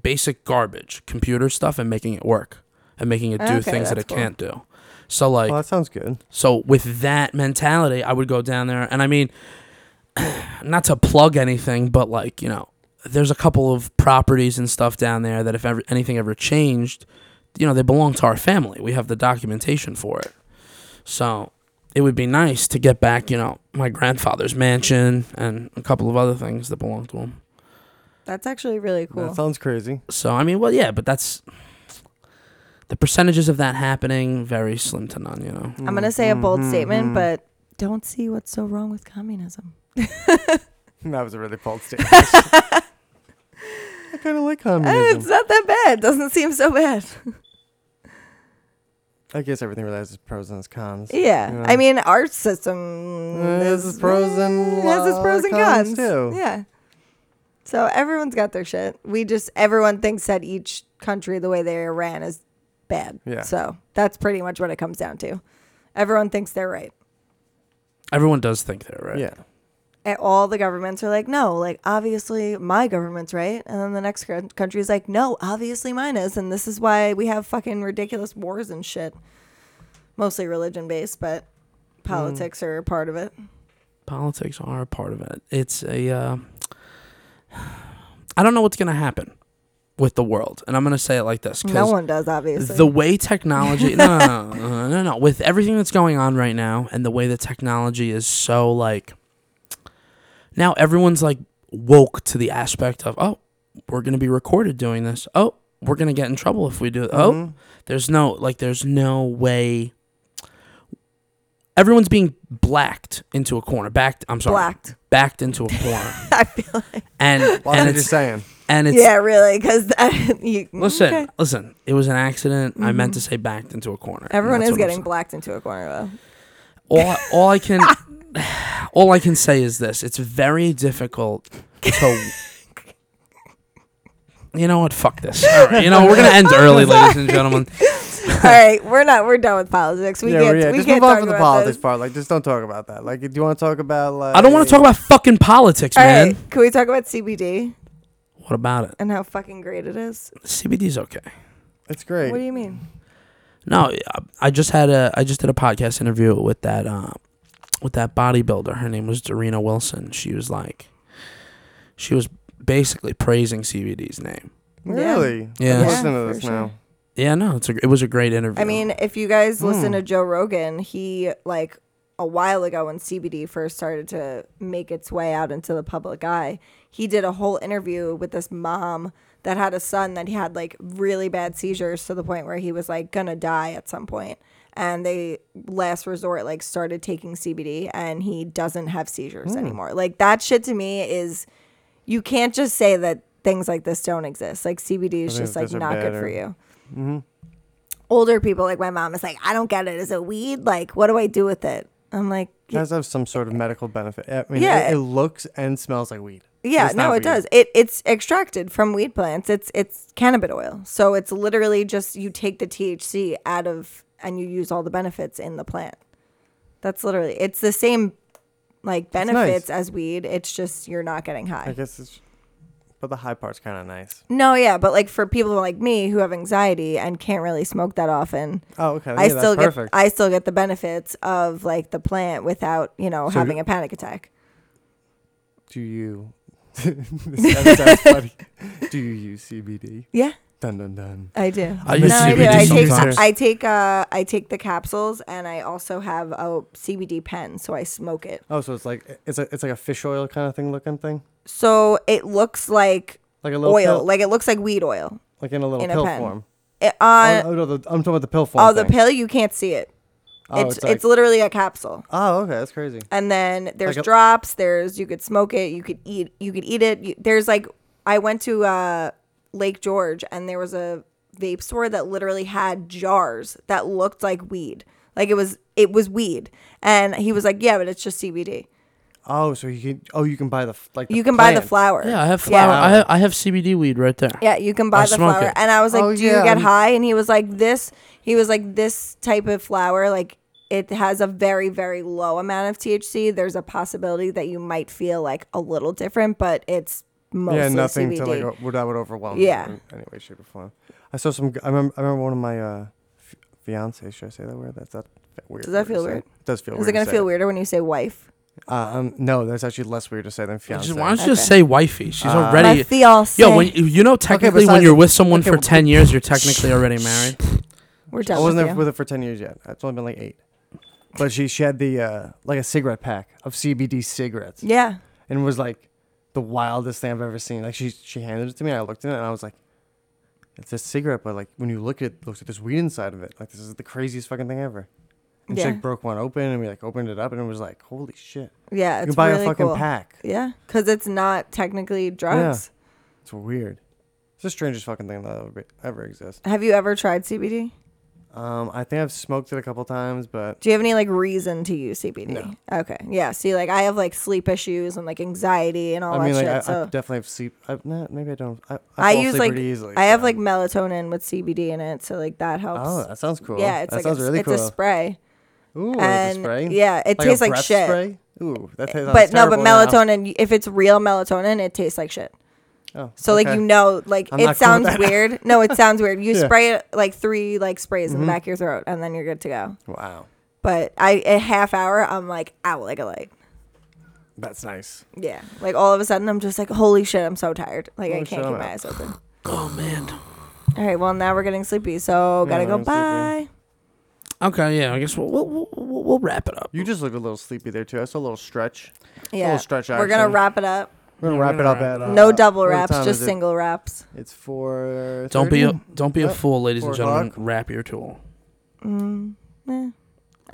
A: basic garbage, computer stuff, and making it work and making it do
B: Okay,
A: things that
B: that's
A: it
B: cool.
A: can't do. So like,
C: well, that sounds good.
A: so with that mentality, I would go down there, and I mean, not to plug anything, but like you know, there's a couple of properties and stuff down there that if ever, anything ever changed, you know, they belong to our family. We have the documentation for it, so it would be nice to get back, you know, my grandfather's mansion and a couple of other things that belong to him.
B: That's actually really cool.
C: That sounds crazy.
A: So I mean, well, yeah, but that's the percentages of that happening very slim to none. You know,
B: I'm going to say a bold
A: Mm-hmm,
C: Mhm,
B: statement,
C: mhm.
B: but don't see what's so wrong with communism.
C: that was a really bold statement. I kind of like
B: It's
C: communism.
B: not that bad. Doesn't seem so bad.
C: I guess everything really has its pros and its cons.
B: Yeah.
C: Yeah.
B: I mean, our system
C: Uh, it has
B: is-
C: its pros and
B: it has its
C: lo-
B: pros and
C: cons,
B: cons.
C: too.
B: Yeah. So everyone's got their shit. We just everyone thinks that each country the way they ran is bad.
C: Yeah.
B: So that's pretty much what it comes down to. Everyone thinks they're right.
A: everyone does think they're right.
C: Yeah.
B: And all the governments are like, no, like obviously my government's right, and then the next coun- country is like, no, obviously mine is, and this is why we have fucking ridiculous wars and shit. Mostly religion based, but politics are a part of it.
A: politics are a part of it. It's a. Uh, I don't know what's gonna happen with the world, and I'm gonna say it like this
B: No
A: because
B: one does, obviously.
A: the way technology, no, no, no, no, no, no, with everything that's going on right now, and the way that technology is so like. Now everyone's like woke to the aspect of oh, we're gonna be recorded doing this. Oh, we're gonna get in trouble if we do. Oh,
B: Mm-hmm.
C: Mhm.
A: there's no like there's no way everyone's being blacked into a corner. Backed I'm sorry.
B: Blacked.
A: Backed into a corner.
B: I feel like.
A: And
C: Well,
A: and
C: I'm
A: it's
C: just saying.
A: and it's
B: Yeah, really, because you
A: listen,
B: okay. Mm-hmm.
A: listen, it was an accident. I meant to say backed into a corner. and
B: Everyone
A: that's
B: is
A: what I'm
B: getting blacked into a corner, though.
A: saying. all I- all I can all I can say is this. It's very difficult to You know what? Fuck this. All right, you know we're gonna end early, ladies and gentlemen.
B: All right, we're not. We're done with politics. We
C: yeah,
B: can't.
C: well, yeah.
B: We
C: just
B: can't
C: move on
B: talk
C: from the
B: about
C: politics
B: This.
C: part. Like, just don't talk about that. Like, do you want to talk about like?
A: I don't want to talk about fucking politics,
B: All
A: man.
B: right, can we talk about CBD
A: What about it?
B: and how fucking great it is?
A: CBD's okay.
C: It's great.
B: What do you mean?
A: No, I- I just had a I just did a podcast interview with that uh, with that bodybuilder. Her name was Dorina Wilson. She was like, she was basically praising CBD's name.
B: Yeah.
C: Really?
A: Yeah. Yeah,
C: I'm listening to
B: for
C: this
B: sure.
C: now.
A: Yeah, no, it's a, it was a great interview.
B: I mean, if you guys listen
C: Hmm.
B: to Joe Rogan, he like a while ago when CBD first started to make its way out into the public eye, he did a whole interview with this mom that had a son that he had like really bad seizures to the point where he was like gonna die at some point. And they last resort like started taking CBD and he doesn't have
C: Hmm.
B: seizures anymore. Like that shit to me is you can't just say that things like this don't exist. Like CBD is
C: I think
B: just like
C: those are
B: not good
C: better.
B: for you older people like my mom is like i don't get it is it weed like what do i do with it i'm like
C: It has to have some sort of medical benefit. I mean,
B: Yeah.
C: it, it looks and smells like weed.
B: yeah
C: It's
B: no
C: not
B: it
C: weed.
B: does it it's extracted from weed plants it's it's cannabis oil so it's literally just you take the thc out of and you use all the benefits in the plant that's literally it's the same like
C: That's nice.
B: benefits as weed it's just you're not getting high
C: I guess it's, but the high part's kind of nice.
B: no yeah but like for people like me who have anxiety and can't really smoke that often
C: Oh, okay.
B: I
C: yeah,
B: still
C: that's
B: get
C: perfect.
B: I still get the benefits of like the plant without you know
C: So
B: having a panic attack.
C: Do you? this sounds- sounds funny. Do you use CBD?
B: Yeah,
C: Dun dun dun.
B: I do.
A: I use
B: no, I do.
A: CBD
B: I take
A: sometimes.
B: I take uh I take the capsules and I also have a CBD pen, so I smoke it.
C: Oh, so it's like it's a it's like a fish oil kind of thing looking thing,
B: So it looks like
C: like a little
B: oil,
C: pill-
B: like it looks like weed oil.
C: like in a little
B: in a
C: pill
B: pen.
C: form.
B: It, uh,
C: oh, oh, no, the, I'm talking about the pill form.
B: oh, the
C: thing.
B: pill you can't see it.
C: Oh,
B: it's
C: it's like-
B: it's literally a capsule.
C: Oh, okay, that's crazy.
B: and then there's
C: Like a-
B: drops there's you could smoke it you could eat you could eat it you, there's like i went to uh lake george and there was a vape store that literally had jars that looked like weed like it was it was weed and he was like yeah but it's just cbd
C: Oh, so you can oh you can buy the f- like the
B: you can buy the
C: plant.
B: flower
A: yeah, I have flower.
B: yeah.
A: I, have, I have CBD weed right there.
B: Yeah, you can buy
A: I'll
B: the
A: smoke
B: flower.
A: it.
B: And I was like,
C: Oh,
B: "Do
C: yeah,
B: you get
C: I'm-
B: high?" And he was like, "This." He was like, "This type of flower, like it has a very very low amount of THC. There's a possibility that you might feel like a little different, but it's mostly
C: yeah, nothing
B: CBD."
C: to like o- would- that would overwhelm. you
B: Yeah.
C: in any way, shape, or form. I saw some. g- I remember. I remember one of my uh, f- fiance. Should I say that word? That's that weird.
B: Does that
C: word to
B: feel
C: say.
B: weird?
C: It does feel
B: Is
C: weird.
B: it gonna
C: to
B: feel
C: say.
B: weirder when you say wife?
C: Uh, um, no, that's actually less weird to say than
A: Just-
C: fiance.
A: why don't you just
B: Okay.
A: say wifey? She's
C: Uh,
B: My
A: already.
B: fiance.
A: Yo, when you, you know technically when
C: besides-
A: you're with someone
C: okay,
A: for
C: well-
A: ten years, you're technically already married.
B: we're
C: I
B: done with
C: wasn't
B: you.
C: there with it for ten years yet. It's only been like eight. But she she had the uh, like a cigarette pack of CBD cigarettes,
B: yeah,
C: and it was like the wildest thing I've ever seen. Like she she handed it to me, and I looked at it, and I was like, It says cigarette, but like when you look at looks like there's weed inside of it. Like this is the craziest fucking thing ever. And she
B: Yeah.
C: like broke one open and we like opened it up and it was like, holy shit.
B: Yeah,
C: You
B: it's
C: can buy
B: really
C: a fucking
B: cool.
C: pack.
B: Yeah, because it's not technically drugs.
C: It's weird. It's the strangest fucking thing that ever, ever exists.
B: Have you ever tried CBD?
C: Um, I think I've smoked it a couple times, but
B: Do you have any like reason to use CBD?
C: No.
B: Okay. Yeah. See, like I have like sleep issues and like anxiety and all
C: I mean,
B: Oh, that
C: like
B: shit.
C: I, I
B: so
C: definitely have sleep. I, nah, maybe I don't. I, I,
B: I,
C: fall
B: use
C: asleep
B: like
C: pretty easily,
B: I have
C: so-
B: like melatonin with CBD in it, so like that helps.
C: Oh, that sounds cool.
B: Yeah, it's
C: that
B: like
C: sounds
B: a,
C: really
B: it's
C: cool.
B: a spray.
C: Ooh,
B: and
C: it's a spray.
B: yeah, it
C: a
B: tastes like
C: breath
B: shit.
C: Spray? Ooh, that tastes
B: but no, but melatonin. If it's real melatonin, it tastes like shit.
C: Oh,
B: So like
C: okay.
B: you know, like
C: I'm
B: it
C: not cool with
B: sounds
C: that.
B: weird. No, it sounds weird. You
C: Yeah. Mm-hmm.
B: spray it like three like sprays in the back of your throat, and then you're good to go.
C: Wow,
B: But I a half hour, I'm like out like a light.
C: that's nice.
B: Yeah, like all of a sudden, I'm just like, holy shit, I'm so tired. Like I
C: Holy shit,
B: can't keep
C: I'm
B: my
C: out.
B: eyes open.
A: Oh man.
B: All right, well now we're getting sleepy, so
C: Yeah,
B: gotta go.
C: I'm sleepy.
B: Bye.
A: Okay, yeah. I guess we'll we'll, we'll, we'll- we'll wrap it up.
C: You just looked a little sleepy there too. I saw a little stretch. A
B: Yeah,
C: little stretch action.
B: we're gonna wrap it up.
C: We're gonna
A: Yeah,
C: wrap
A: we're
C: it up
A: gonna
C: at
A: wrap
C: uh,
B: No double
C: what
B: wraps,
C: time
B: just
C: is it?
B: single wraps.
C: It's four.
A: don't be a
C: 30?
A: don't be a
C: Yep.
A: fool, ladies and
C: Four
A: gentlemen.
C: o'clock.
A: Wrap your tool.
B: Mm, eh,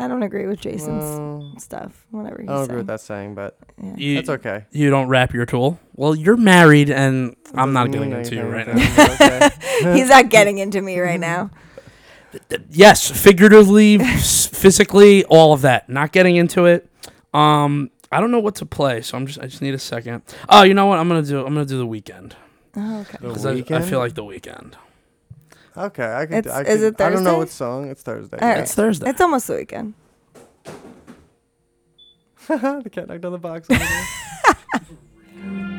B: I don't agree with Jason's
C: Well,
B: stuff. Whatever. He's
C: Mm. I don't agree
B: saying.
C: with that saying, but
B: Yeah.
A: You,
C: that's okay.
A: You don't wrap your tool. Well, you're married, and I'm not
C: Doesn't mean
A: getting into you right
C: anything,
A: now.
C: but okay.
B: He's not getting into me right now.
A: yes, figuratively, s- physically, all of that. Not getting into it. Um, I don't know what to play, so I'm just I just need a second. Oh, you know what? I'm gonna do I'm gonna do the weekend
B: Oh, okay.
C: The
A: because I, I
C: Weeknd?
A: feel like the weekend.
C: Okay, I could.
B: It's-
C: I
B: is
C: could-
B: it
C: I don't know
B: Thursday?
C: what song. It's Thursday.
B: All
C: yeah.
B: right.
A: It's Thursday.
B: It's almost the weekend.
C: the cat knocked on the box. over there.